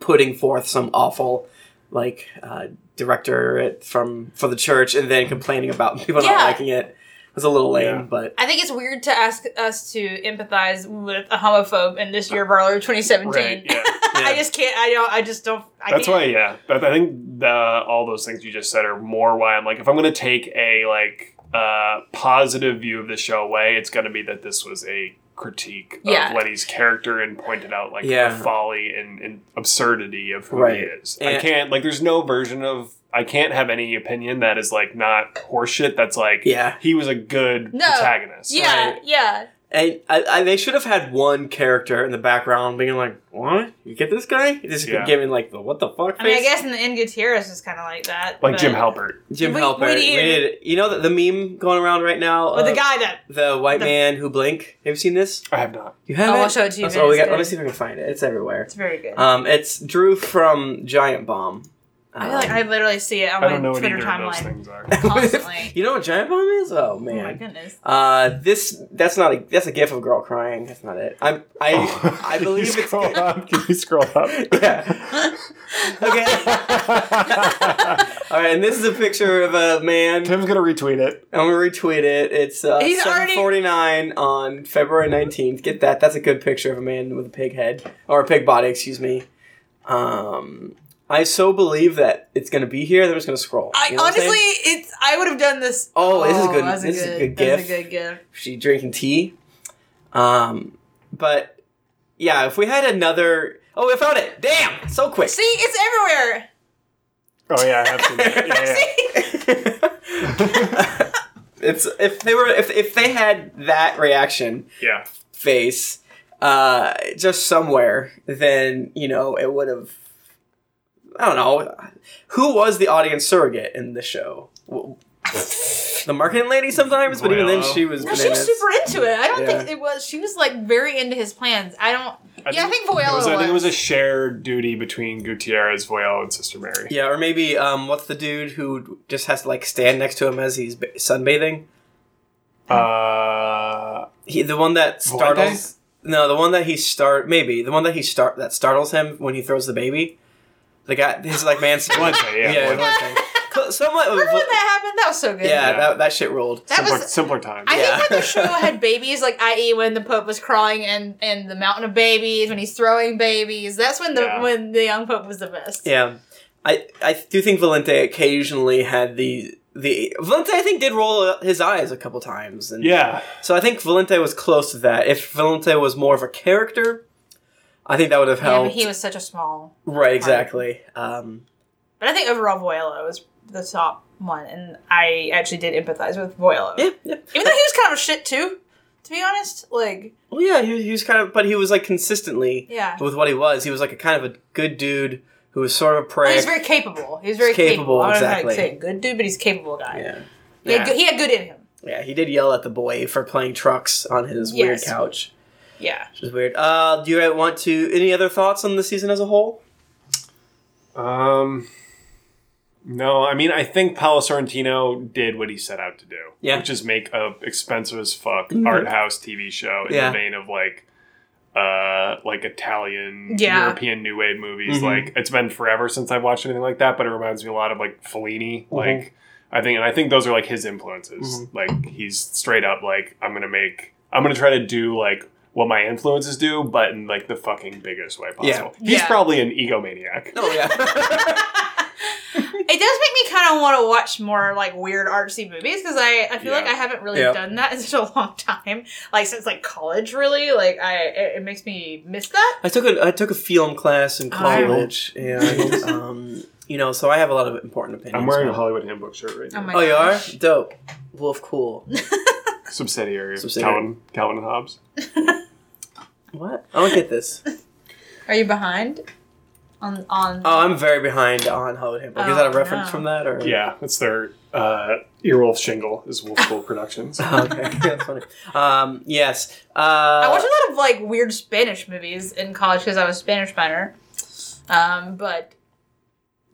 Speaker 2: putting forth some awful like uh, directorate from for the church and then complaining about people not
Speaker 3: Yeah.
Speaker 2: liking it. It was a little lame,
Speaker 4: Yeah.
Speaker 2: but
Speaker 3: I think it's weird to ask us to empathize with a homophobe in this year of our Lord 2017.
Speaker 4: Right, yeah.
Speaker 2: Yeah.
Speaker 3: I just can't. I don't. I just don't. I
Speaker 4: That's
Speaker 3: can't.
Speaker 4: why, yeah. But I think the, all those things you just said are more why I'm like, if I'm going to take a like uh, positive view of the show away, it's going to be that this was a critique
Speaker 3: Yeah.
Speaker 4: of Letty's character and pointed out like
Speaker 2: Yeah.
Speaker 4: the folly and, and absurdity of who
Speaker 2: Right.
Speaker 4: he is. I
Speaker 2: And-
Speaker 4: can't like, there's no version of I can't have any opinion that is like not horseshit. That's like,
Speaker 2: Yeah.
Speaker 4: he was a good
Speaker 3: No.
Speaker 4: protagonist.
Speaker 3: Yeah,
Speaker 2: Right.
Speaker 3: yeah.
Speaker 2: And I, I, they should have had one character in the background being like, "What? You get this guy?" Just
Speaker 4: Yeah.
Speaker 2: giving like the "What the fuck" face.
Speaker 3: I mean, I guess in the end, Gutierrez is kind of like that.
Speaker 4: Like
Speaker 3: but-
Speaker 4: Jim Halpert.
Speaker 2: Jim
Speaker 3: We-
Speaker 2: Halpert.
Speaker 3: we need-
Speaker 2: We need- you know the, the meme going around right now.
Speaker 3: But the
Speaker 2: of
Speaker 3: guy that
Speaker 2: the white
Speaker 3: the-
Speaker 2: man who blink. Have you seen this?
Speaker 4: I have not.
Speaker 2: You
Speaker 1: Oh,
Speaker 2: haven't.
Speaker 1: I'll show it to you.
Speaker 2: Oh, so we
Speaker 1: It's
Speaker 2: got.
Speaker 1: good.
Speaker 2: Let me see if I can find it. It's everywhere.
Speaker 3: it's very good.
Speaker 2: Um, it's Drew from Giant Bomb.
Speaker 1: I
Speaker 2: Um,
Speaker 1: feel like
Speaker 3: I literally see it on
Speaker 4: I
Speaker 3: my
Speaker 4: don't know what
Speaker 3: Twitter
Speaker 4: either of those
Speaker 3: timeline.
Speaker 4: things are.
Speaker 3: Constantly.
Speaker 2: you know what Giant Bomb is? Oh
Speaker 3: Oh my
Speaker 2: man.
Speaker 3: goodness.
Speaker 2: uh, this that's not a that's a gif of a girl crying. That's not it. I I
Speaker 4: Oh.
Speaker 2: I
Speaker 4: Can you
Speaker 2: believe it's
Speaker 4: scroll up. Can you scroll up?
Speaker 2: yeah. okay. All right, and this is a picture of a man.
Speaker 4: Tim's gonna retweet it.
Speaker 2: I'm gonna retweet it. It's uh,
Speaker 3: He's already-
Speaker 2: 7:49 on February 19th. Get that. That's a good picture of a man with a pig head or a pig body. Excuse me. Um, I so believe that it's gonna be here. that I'm just gonna scroll.
Speaker 3: I
Speaker 2: You know what I'm
Speaker 3: honestly,
Speaker 2: saying?
Speaker 3: it's I would have done this.
Speaker 2: Oh, this is good.
Speaker 3: that's
Speaker 2: This is a good
Speaker 3: that's
Speaker 2: gif.
Speaker 3: a good gift.
Speaker 2: she drinking tea. Um, but yeah, if we had another. Oh, we found it! Damn, so quick.
Speaker 3: See, it's everywhere.
Speaker 4: Oh yeah, I have seen it. Yeah, yeah.
Speaker 2: it's if they were if if they had that reaction
Speaker 4: yeah.
Speaker 2: face uh just somewhere then you know it would have i don't know who was the audience surrogate in the show W- the marketing lady sometimes but even then
Speaker 4: Well.
Speaker 2: she was
Speaker 3: No, she was
Speaker 2: bananas.
Speaker 3: super into it. I don't think
Speaker 2: Yeah.
Speaker 3: it was. She was like very into his plans. I don't. yeah, I think
Speaker 4: it
Speaker 3: Voyella was.
Speaker 4: was, I think it was a shared duty between Gutierrez, Voyella, and Sister Mary.
Speaker 2: yeah or maybe um what's the dude who just has to like stand next to him as he's ba- sunbathing
Speaker 4: Uh,
Speaker 2: He, the one that
Speaker 4: Volante?
Speaker 2: startles. No, the one that he start maybe the one that he start that startles him when he throws the baby. The guy, his like man.
Speaker 4: Volante, yeah. Volante.
Speaker 2: Volante. Cl- Somewhat.
Speaker 3: Remember when that happened? That was so good.
Speaker 2: yeah, That, that shit rolled.
Speaker 3: That
Speaker 4: simpler,
Speaker 3: was-
Speaker 4: simpler times.
Speaker 3: I
Speaker 2: Yeah.
Speaker 3: think when the show had babies, like i.e. when the Pope was crawling and and the mountain of babies, when he's throwing babies, that's when the
Speaker 4: Yeah.
Speaker 3: when the young Pope was the best.
Speaker 2: Yeah, I I do think Valente occasionally had the the Valente I think did roll his eyes a couple times and
Speaker 4: yeah.
Speaker 2: So I think Valente was close to that. If Valente was more of a character, I think that would have
Speaker 3: Yeah, but
Speaker 2: helped.
Speaker 3: he was such a small.
Speaker 2: right, exactly. Um,
Speaker 3: But I think overall, Voyello was the top one, and I actually did empathize with Voyello.
Speaker 2: yeah, yeah.
Speaker 3: Even though he was kind of a shit too, to be honest. Like,
Speaker 2: Well, yeah, he, he was kind of, but he was like consistently
Speaker 3: Yeah.
Speaker 2: with what he was. He was like a kind of a good dude who was sort of a prick.
Speaker 3: he was Oh, very capable. He was very
Speaker 2: He's capable,
Speaker 3: capable. I don't know how
Speaker 2: exactly.
Speaker 3: to say it. good dude, but he's a capable guy.
Speaker 2: yeah,
Speaker 3: He, had
Speaker 4: Yeah.
Speaker 3: good, he had good in him.
Speaker 2: yeah. He did yell at the boy for playing trucks on his weird
Speaker 3: Yes.
Speaker 2: couch,
Speaker 3: Yeah.
Speaker 2: which is weird. Uh, do you guys want to any other thoughts on the season as a whole?
Speaker 4: Um, no, I mean, I think Paolo Sorrentino did what he set out to do,
Speaker 2: Yeah. Mm-hmm.
Speaker 4: which is make a expensive as fuck art house TV show in
Speaker 2: Yeah.
Speaker 4: the vein of like, uh, like Italian
Speaker 3: Yeah.
Speaker 4: European New Wave movies.
Speaker 2: Mhm.
Speaker 4: Like, it's been forever since I've watched anything like that, but it reminds me a lot of like Fellini.
Speaker 2: Mm-hmm.
Speaker 4: Like, I think, and I think those are like his influences. Like, he's straight up like, I'm gonna make, I'm gonna try to do like. What my influences do, but in like the fucking biggest way
Speaker 2: Yeah.
Speaker 4: possible. He's
Speaker 3: Yeah.
Speaker 4: probably an egomaniac.
Speaker 2: Oh yeah,
Speaker 3: It does make me kind of want to watch more like weird artsy movies because I, I feel
Speaker 4: Yeah.
Speaker 3: like I haven't really
Speaker 2: Yeah.
Speaker 3: done that in such a long time. Like since like college, really. Like I it, it makes me miss that.
Speaker 2: I took a I took a film class in
Speaker 3: Oh, I know.
Speaker 2: college, and um, you know, so I have a lot of important opinions.
Speaker 4: I'm wearing a
Speaker 2: about-
Speaker 4: Hollywood Handbook shirt right now.
Speaker 3: my
Speaker 2: Oh, you are
Speaker 3: gosh.
Speaker 2: dope. Wolf, cool.
Speaker 4: Subsidiary. of
Speaker 2: Subsidiary.
Speaker 4: Calvin, Calvin and Hobbes.
Speaker 2: what? I don't get this.
Speaker 3: Are you behind? On on
Speaker 2: Oh, I'm very behind on Hollywood Handbook. Is
Speaker 3: Oh,
Speaker 2: that a reference
Speaker 3: no.
Speaker 2: from that or?
Speaker 4: Yeah, that's their uh, Earwolf shingle is Wolf Cool Productions.
Speaker 2: okay, that's funny. Um, yes. Uh,
Speaker 3: I watched a lot of like weird Spanish movies in college because I was a Spanish minor. Um, but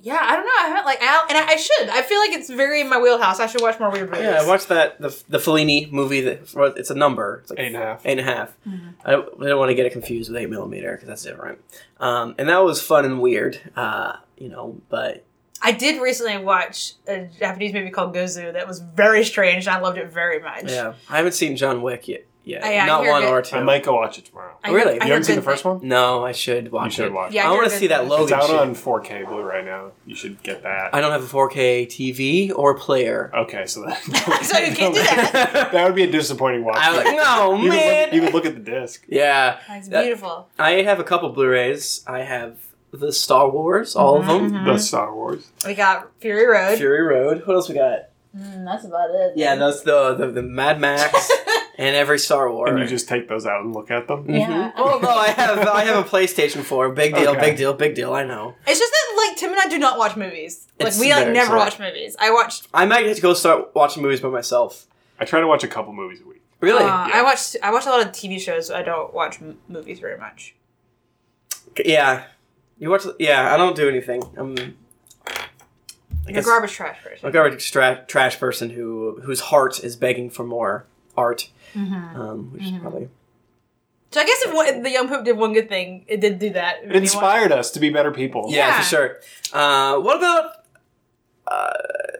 Speaker 3: yeah, I don't know. I haven't like I, and I, I should. I feel like it's very in my wheelhouse. I should watch more weird movies.
Speaker 2: yeah, I watched that the the Fellini movie. That well, it's a number. It's like
Speaker 4: Eight and a half.
Speaker 2: Eight and a half.
Speaker 3: Mm-hmm.
Speaker 2: I don't, I don't want to get it confused with eight millimeter because that's different. Um, and that was fun and weird. Uh, you know, but
Speaker 3: I did recently watch a Japanese movie called Gozu that was very strange, and I loved it very much.
Speaker 2: yeah, I haven't seen John Wick yet. Yet,
Speaker 3: I- I
Speaker 2: not
Speaker 3: hear
Speaker 2: one
Speaker 3: good-
Speaker 2: or two.
Speaker 4: I might go watch it tomorrow.
Speaker 3: I
Speaker 2: Oh, Really? You
Speaker 3: heard- I
Speaker 4: you haven't
Speaker 3: heard
Speaker 4: seen the
Speaker 3: good
Speaker 4: first one?
Speaker 2: no, I should watch
Speaker 4: You should
Speaker 2: it.
Speaker 4: watch
Speaker 3: Yeah,
Speaker 4: it.
Speaker 2: I want
Speaker 3: heard
Speaker 2: to
Speaker 3: good
Speaker 2: see that
Speaker 3: things.
Speaker 2: Logan
Speaker 4: It's out
Speaker 2: shit.
Speaker 4: on 4K Blu right now. You should get that.
Speaker 2: I don't have a 4K TV or player.
Speaker 4: okay, so that,
Speaker 3: So you can't do that.
Speaker 4: that would be a disappointing watch.
Speaker 2: I was like, no
Speaker 4: you,
Speaker 2: man.
Speaker 4: Could look, you could look at the disc.
Speaker 2: yeah,
Speaker 3: It's
Speaker 2: That-
Speaker 3: beautiful.
Speaker 2: I have a couple Blu-rays. I have the Star Wars, all
Speaker 3: Mm-hmm,
Speaker 2: of them.
Speaker 4: The Star Wars.
Speaker 3: We got Fury Road.
Speaker 2: Fury Road. What else we got?
Speaker 3: Mm, that's about it.
Speaker 2: Yeah, that's the the, the Mad Max. and every Star Wars.
Speaker 4: and you just take those out and look at them.
Speaker 1: Yeah.
Speaker 2: Well, no, I have I have a PlayStation Four. Big deal,
Speaker 4: Okay.
Speaker 2: big deal, big deal. I know.
Speaker 3: It's just that like Tim and I do not watch movies. Like
Speaker 2: It's
Speaker 3: we like
Speaker 2: very
Speaker 3: never
Speaker 2: sad.
Speaker 3: watch movies. I watched
Speaker 2: I might have to go start watching movies by myself.
Speaker 4: I try to watch a couple movies a week.
Speaker 3: uh,
Speaker 2: Really?
Speaker 3: I watched I watch a lot of TV shows. I don't watch m- movies very much.
Speaker 2: yeah. You watch? Yeah, I don't do anything. I'm. I
Speaker 3: I'm a
Speaker 2: guess
Speaker 3: garbage trash person.
Speaker 2: a garbage tra- trash person who whose heart is begging for more art,
Speaker 3: Mm-hmm.
Speaker 2: um, which is probably
Speaker 3: So I guess if one, the young poop did one good thing, it did do that.
Speaker 4: It inspired us to be better people.
Speaker 2: yeah,
Speaker 3: Yeah.
Speaker 2: for sure. Uh, what about uh,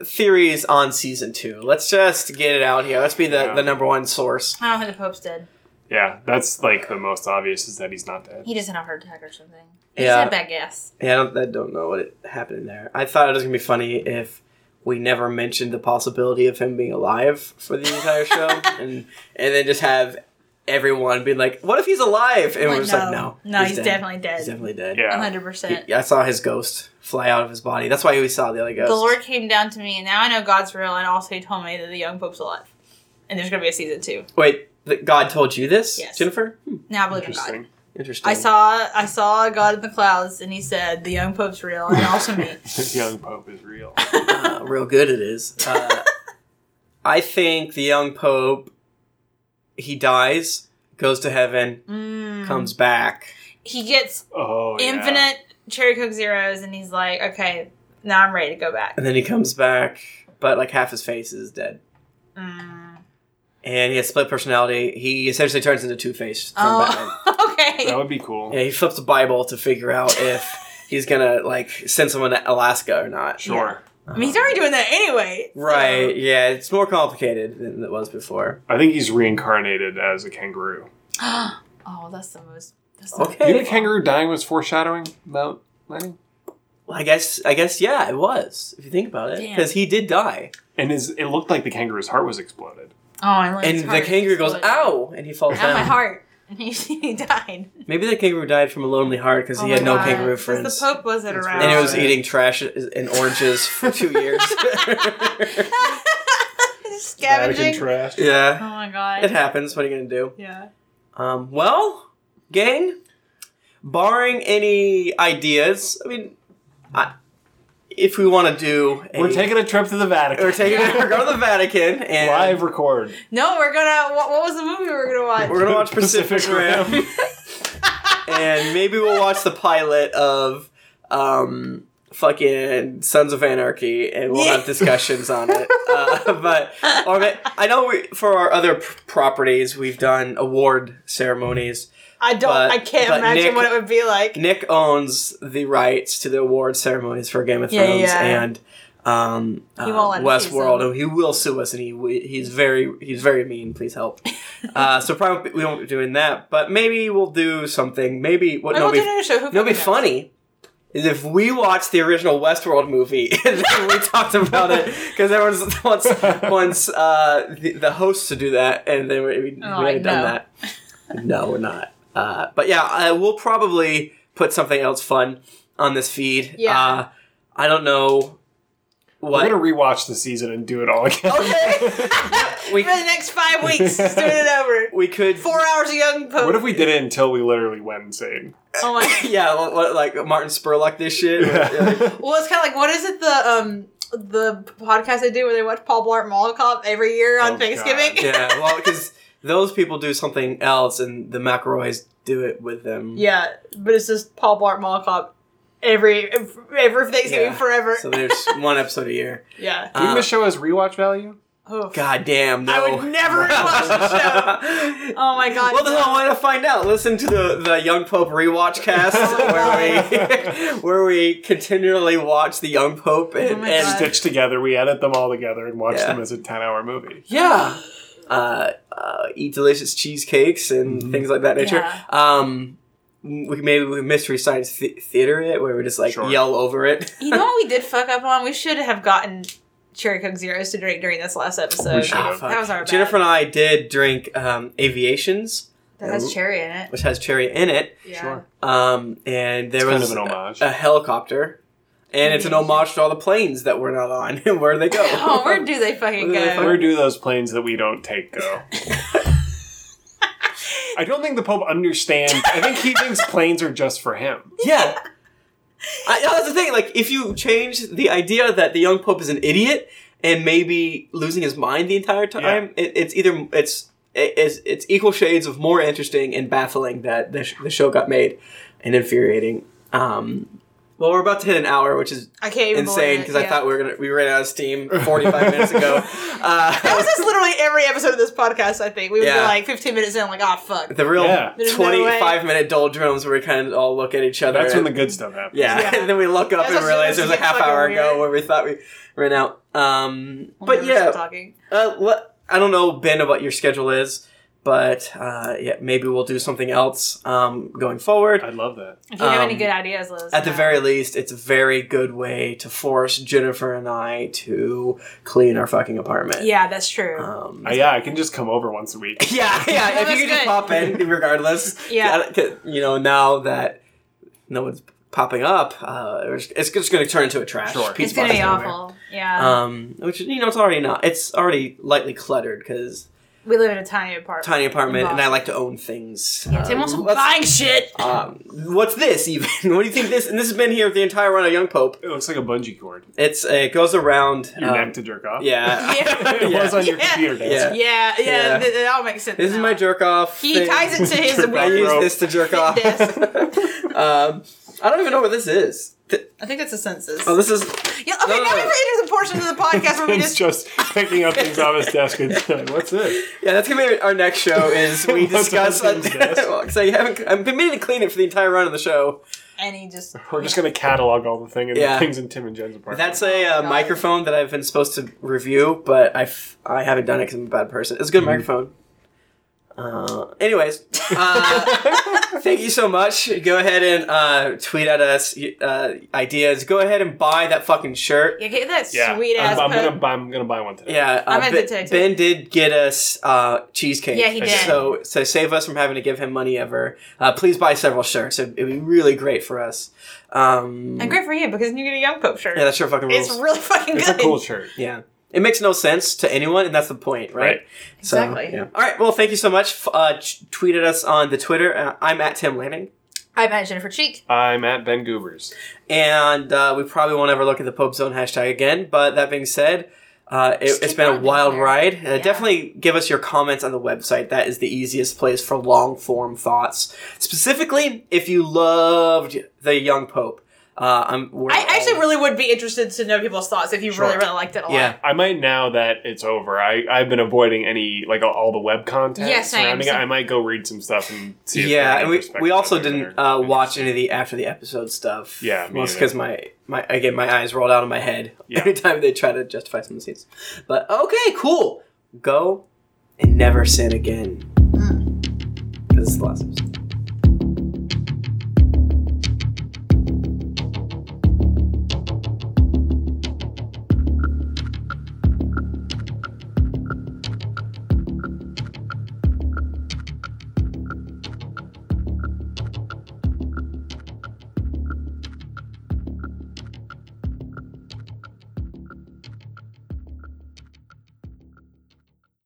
Speaker 2: theories on season two? Let's just get it out here. Let's be the,
Speaker 4: Yeah.
Speaker 2: the number one source.
Speaker 3: I don't think the Pope's dead.
Speaker 4: Yeah, that's like the most obvious is that he's not dead.
Speaker 3: He just had a heart attack or something. He just
Speaker 2: Yeah.
Speaker 3: had bad gas.
Speaker 2: Yeah, I don't, I don't know what it happened there. I thought it was gonna be funny if we never mentioned the possibility of him being alive for the entire show, and and then just have everyone be like, "What if he's alive?" And we're just like, "No,
Speaker 3: no, he's, definitely dead.
Speaker 2: he's definitely dead."
Speaker 4: Yeah.
Speaker 3: 100%.
Speaker 2: He- I saw his ghost fly out of his body. That's why we saw the other ghost.
Speaker 3: The Lord came down to me, and now I know God's real, and also He told me that the young pope's alive. And there's going to be a season two.
Speaker 2: Wait, th- God told you this,
Speaker 3: Yes.
Speaker 2: Jennifer? Hmm,
Speaker 3: Now I believe in God.
Speaker 4: Interesting.
Speaker 2: interesting.
Speaker 3: I saw I saw God in the clouds, and He said, The young pope's real, and also me.
Speaker 4: Young Pope is real.
Speaker 2: Uh, real good it is. Uh, I think the young pope, he dies, goes to heaven,
Speaker 3: Mm.
Speaker 2: comes back.
Speaker 3: He gets
Speaker 4: Oh, yeah.
Speaker 3: infinite Cherry Coke Zeros, and he's like, Okay, now I'm ready to go back.
Speaker 2: And then he comes back, but like half his face is dead.
Speaker 3: Mm.
Speaker 2: And he has split personality. He essentially turns into Two Face from Batman.
Speaker 3: Oh, okay.
Speaker 4: That would be cool.
Speaker 2: Yeah, he flips the Bible to figure out if he's gonna like send someone to Alaska or not.
Speaker 4: Sure.
Speaker 3: I mean, he's already doing that anyway. so-
Speaker 2: Right, yeah, it's more complicated than it was before.
Speaker 4: I think he's reincarnated as a kangaroo.
Speaker 3: oh, that's the most. That's the
Speaker 2: Okay.
Speaker 4: Do you think kangaroo dying was foreshadowing about Lenny?
Speaker 2: Well, I guess, I guess, yeah, it was. If you think about it,
Speaker 3: Damn.
Speaker 2: because he did die,
Speaker 4: And his, it looked like the kangaroo's heart was exploded.
Speaker 3: Oh, I love
Speaker 2: and
Speaker 3: his
Speaker 2: the
Speaker 3: heart.
Speaker 2: kangaroo goes
Speaker 3: Exploded.
Speaker 2: "ow," and he falls
Speaker 3: Ow,
Speaker 2: down.
Speaker 3: my heart. And he, he died.
Speaker 2: Maybe the kangaroo died from a lonely heart because he
Speaker 3: Oh
Speaker 2: had
Speaker 3: my
Speaker 2: no
Speaker 3: God.
Speaker 2: kangaroo
Speaker 3: 'Cause
Speaker 2: friends,
Speaker 3: The Pope wasn't
Speaker 4: That's
Speaker 3: around.
Speaker 2: and he was
Speaker 4: Right.
Speaker 2: eating trash and oranges for two years.
Speaker 3: Scavenging.
Speaker 4: trash.
Speaker 3: Oh
Speaker 2: yeah,
Speaker 3: my
Speaker 2: it
Speaker 3: god.
Speaker 2: happens. What are you gonna do?
Speaker 3: Yeah.
Speaker 2: Um, well, gang, barring any ideas, I mean, I, if we want to do, a,
Speaker 4: We're taking a trip to the Vatican.
Speaker 2: we're taking, we're going to the Vatican and
Speaker 4: live record.
Speaker 3: No, we're gonna. What, what was the movie we were gonna watch?
Speaker 2: We're gonna watch Pacific,
Speaker 4: Pacific
Speaker 2: Rim,
Speaker 4: Rim.
Speaker 2: and maybe we'll watch the pilot of um, fucking Sons of Anarchy, and we'll have
Speaker 3: Yeah.
Speaker 2: discussions on it. Uh, but or ma- I know we, for our other p- properties, we've done award ceremonies.
Speaker 3: I don't.
Speaker 2: but-
Speaker 3: I can't
Speaker 2: but
Speaker 3: imagine
Speaker 2: Nick-
Speaker 3: what it would be like.
Speaker 2: Nick owns the rights to the award ceremonies for Game of
Speaker 3: Yeah,
Speaker 2: Thrones
Speaker 3: yeah.
Speaker 2: and um, uh,
Speaker 3: He won't let us use
Speaker 2: Westworld,
Speaker 3: them.
Speaker 2: and he will sue us, and he he's very he's very mean. Please help. uh, so probably we won't be doing that, but maybe we'll do something. Maybe what
Speaker 3: I
Speaker 2: no
Speaker 3: will do
Speaker 2: be
Speaker 3: another show. Who
Speaker 2: no be
Speaker 3: fucking knows?
Speaker 2: funny. Is if we watch the original Westworld movie and then we talked about it because everyone wants wants uh, the, the hosts to do that and then we, we, we
Speaker 3: Oh,
Speaker 2: haven't done
Speaker 3: no.
Speaker 2: that. No, we're not. Uh, but yeah, I, we'll probably put something else fun on this feed.
Speaker 3: Yeah.
Speaker 2: Uh, I don't know
Speaker 4: We're
Speaker 2: what.
Speaker 4: gonna rewatch the season and do it all again.
Speaker 3: Okay.
Speaker 2: we,
Speaker 3: For the next five weeks, just doing it over.
Speaker 2: we could.
Speaker 3: Four hours of young Pope.
Speaker 4: What if we did it until we literally went insane?
Speaker 3: Oh my.
Speaker 2: Yeah, what, what, like Martin Spurlock this shit.
Speaker 4: Yeah.
Speaker 3: Well, it's kind of like what is it the um the podcast they do where they watch Paul Blart Mall Cop every year on
Speaker 4: Oh,
Speaker 3: Thanksgiving?
Speaker 2: yeah, well, because those people do something else and the McElroys do it with them.
Speaker 3: Yeah, but it's just Paul Blart Mall Cop every every Thanksgiving
Speaker 2: Yeah.
Speaker 3: forever.
Speaker 2: So there's one episode a year.
Speaker 3: yeah.
Speaker 4: Do you think
Speaker 2: Uh,
Speaker 4: this show has rewatch value?
Speaker 3: Oh.
Speaker 2: God damn, no.
Speaker 3: I would never watch the show. Oh my god.
Speaker 2: Well, then I want to find out. Listen to the, the Young Pope rewatch cast
Speaker 3: Oh
Speaker 2: where we where we continually watch the Young Pope and,
Speaker 3: Oh my
Speaker 2: and
Speaker 3: God.
Speaker 4: Stitched together, we edit them all together and watch
Speaker 2: Yeah.
Speaker 4: them as a ten-hour movie.
Speaker 2: yeah, uh, uh, eat delicious cheesecakes and things like that nature.
Speaker 3: Yeah.
Speaker 2: Um, we maybe we mystery science th- theater it where we just like
Speaker 4: Sure.
Speaker 2: yell over it.
Speaker 3: you know what we did fuck up on? We should have gotten Cherry Coke Zeros to drink during this last episode.
Speaker 4: We should
Speaker 2: Ah,
Speaker 4: have.
Speaker 2: fuck.
Speaker 3: That was our bad.
Speaker 2: Jennifer and I did drink um, Aviations,
Speaker 3: That has cherry in it.
Speaker 2: which has cherry in it,
Speaker 3: Yeah.
Speaker 4: Sure.
Speaker 2: um, and there
Speaker 4: It's
Speaker 2: was
Speaker 4: kind of an homage.
Speaker 2: a helicopter, and it's an homage to all the planes that we're not on and where they go.
Speaker 3: Mm-hmm. Oh, where do they fucking
Speaker 2: Where do they
Speaker 3: go?
Speaker 2: fucking-
Speaker 4: Where do those planes that we don't take go? I don't think the Pope understands. I think he thinks planes are just for him.
Speaker 2: Yeah. I, no, that's the thing. Like, if you change the idea that the young pope is an idiot and maybe losing his mind the entire time, it, it's either it's it- it's it's equal shades of more interesting and baffling that the, sh- the show got made, and infuriating. Um, well, we're about to hit an hour, which is
Speaker 3: I can't even
Speaker 2: insane because I thought we were gonna we ran out of steam 45 minutes ago.
Speaker 3: that
Speaker 2: Uh,
Speaker 3: was just literally every episode of this podcast. I think we would
Speaker 2: Yeah.
Speaker 3: be like 15 minutes in, like, oh fuck.
Speaker 2: the real
Speaker 4: Yeah.
Speaker 3: There's no
Speaker 2: 25 minute doldrums where we kind of all look at each other.
Speaker 4: That's when
Speaker 2: and-
Speaker 4: the good stuff happens.
Speaker 2: Yeah,
Speaker 3: Yeah.
Speaker 2: and then we look up
Speaker 3: That's
Speaker 2: and
Speaker 3: actually-
Speaker 2: realize it was a
Speaker 3: that's
Speaker 2: half
Speaker 3: fucking
Speaker 2: hour ago
Speaker 3: weird.
Speaker 2: where we thought we ran out. Um, but
Speaker 3: When we were still
Speaker 2: yeah,
Speaker 3: talking.
Speaker 2: uh, let, I don't know, Ben, of what your schedule is, but uh, yeah, maybe we'll do something else um, going forward.
Speaker 4: I love that.
Speaker 3: If you have any
Speaker 2: Um,
Speaker 3: good ideas, let us
Speaker 2: At the
Speaker 3: know.
Speaker 2: very least, it's a very good way to force Jennifer and I to clean our fucking apartment.
Speaker 3: yeah, that's true.
Speaker 2: Um,
Speaker 4: Uh, yeah, I can just come over once a week.
Speaker 2: yeah, yeah. If
Speaker 3: that's
Speaker 2: you could just
Speaker 3: good.
Speaker 2: pop in, regardless.
Speaker 3: Yeah.
Speaker 2: I don't- You know, now that no one's popping up, uh, it's it's just going to turn into a trash.
Speaker 4: Sure.
Speaker 2: piece
Speaker 3: it's gonna
Speaker 2: box
Speaker 3: be
Speaker 2: everywhere.
Speaker 3: awful. Yeah,
Speaker 2: Um, which you know, it's already not. It's already lightly cluttered because
Speaker 3: we live in a tiny apartment.
Speaker 2: tiny apartment, and I
Speaker 3: Boston.
Speaker 2: like to own things.
Speaker 3: Yeah, Tim
Speaker 2: Um,
Speaker 3: wants to
Speaker 2: what's,
Speaker 3: buying shit.
Speaker 2: um, what's this even? what do you think this? And this has been here the entire run of Young Pope.
Speaker 4: It looks like a bungee cord.
Speaker 2: It's uh, it goes around.
Speaker 4: Your
Speaker 2: um,
Speaker 4: neck to jerk off.
Speaker 2: yeah.
Speaker 3: Yeah.
Speaker 4: it was on your
Speaker 3: Yeah.
Speaker 4: computer.
Speaker 2: Yeah.
Speaker 4: Desk.
Speaker 3: Yeah, yeah,
Speaker 2: Yeah.
Speaker 3: th- it all makes sense.
Speaker 2: This is
Speaker 3: now.
Speaker 2: my jerk off.
Speaker 3: He
Speaker 2: thing.
Speaker 3: ties it to his
Speaker 4: Jerk
Speaker 2: I
Speaker 4: off
Speaker 3: weird.
Speaker 2: use
Speaker 4: rope.
Speaker 2: this to jerk off.
Speaker 3: desk.
Speaker 2: um, I don't even know what this is. Th-
Speaker 3: I think it's a census.
Speaker 2: oh, this is
Speaker 3: yeah, okay,
Speaker 2: no, no,
Speaker 3: now
Speaker 2: no.
Speaker 3: we've entered the portion of the podcast where we
Speaker 4: Tim's
Speaker 3: just
Speaker 4: just picking up things off his desk and saying, "What's this?"
Speaker 2: yeah. That's gonna be our- our next show. Is we
Speaker 4: What's
Speaker 2: discuss
Speaker 4: on Tim's desk?
Speaker 2: so you haven't. I've been meaning to clean it for the entire run of the show.
Speaker 3: and he just uh,
Speaker 4: We're just gonna catalog all the thing and
Speaker 2: Yeah.
Speaker 4: things in Tim and Jen's apartment.
Speaker 2: That's a uh,
Speaker 3: God.
Speaker 2: microphone that I've been supposed to review, but I f- I haven't done it because I'm a bad person. It's a good microphone. Uh, anyways, uh, thank you so much. Go ahead and uh, tweet at us uh, ideas. Go ahead and buy that fucking shirt.
Speaker 3: yeah, get that
Speaker 4: yeah.
Speaker 3: sweet ass.
Speaker 4: I'm, I'm
Speaker 3: poke.
Speaker 4: gonna buy. I'm gonna buy one today.
Speaker 2: Yeah, uh,
Speaker 3: I'm gonna
Speaker 2: ben,
Speaker 3: dictate it.
Speaker 2: Ben did get us uh, cheesecake.
Speaker 3: Yeah, he
Speaker 4: did.
Speaker 2: So so save us from having to give him money ever. Uh, please buy several shirts. It'd, it'd be really great for us. Um,
Speaker 3: and great for you because you get a young pope shirt.
Speaker 2: Yeah, that sure fucking rules.
Speaker 3: it's really fucking
Speaker 4: It's
Speaker 3: good.
Speaker 4: a cool shirt.
Speaker 2: Yeah. It makes no sense to anyone, and that's the point, right?
Speaker 4: Right.
Speaker 2: So,
Speaker 3: Exactly.
Speaker 2: yeah. All right. Well, thank you so much. F- Uh, ch- tweet at us on the Twitter. Uh, I'm at Tim Lanning.
Speaker 3: I met Jennifer Cheek.
Speaker 4: I'm at Ben Goobers.
Speaker 2: And uh, we probably won't ever look at the Pope Zone hashtag again. But that being said, uh, it,
Speaker 3: Just
Speaker 2: it's
Speaker 3: keep
Speaker 2: been a
Speaker 3: going
Speaker 2: wild
Speaker 3: there.
Speaker 2: ride. Uh,
Speaker 3: Yeah.
Speaker 2: Definitely give us your comments on the website. That is the easiest place for long form thoughts. Specifically, if you loved the young Pope. Uh, I'm, we're
Speaker 3: I actually
Speaker 2: all-
Speaker 3: really would be interested to know people's thoughts if you
Speaker 2: Sure.
Speaker 3: really really liked it a lot.
Speaker 2: Yeah.
Speaker 4: I might now that it's over. I I've been avoiding any like all, all the web content
Speaker 3: Yeah, same,
Speaker 4: surrounding it.
Speaker 3: same.
Speaker 4: I might go read some stuff and see. if there
Speaker 2: yeah,
Speaker 4: are
Speaker 2: and we,
Speaker 4: perspectives
Speaker 2: we also
Speaker 4: out there
Speaker 2: didn't
Speaker 4: that are
Speaker 2: uh, watch any of the after the episode stuff.
Speaker 4: Yeah, me
Speaker 2: most
Speaker 4: either.
Speaker 2: because my my again my eyes rolled out of my head
Speaker 4: Yeah.
Speaker 2: every time they try to justify some of the scenes. But okay, cool. Go and never sin again. Because it's the last episode.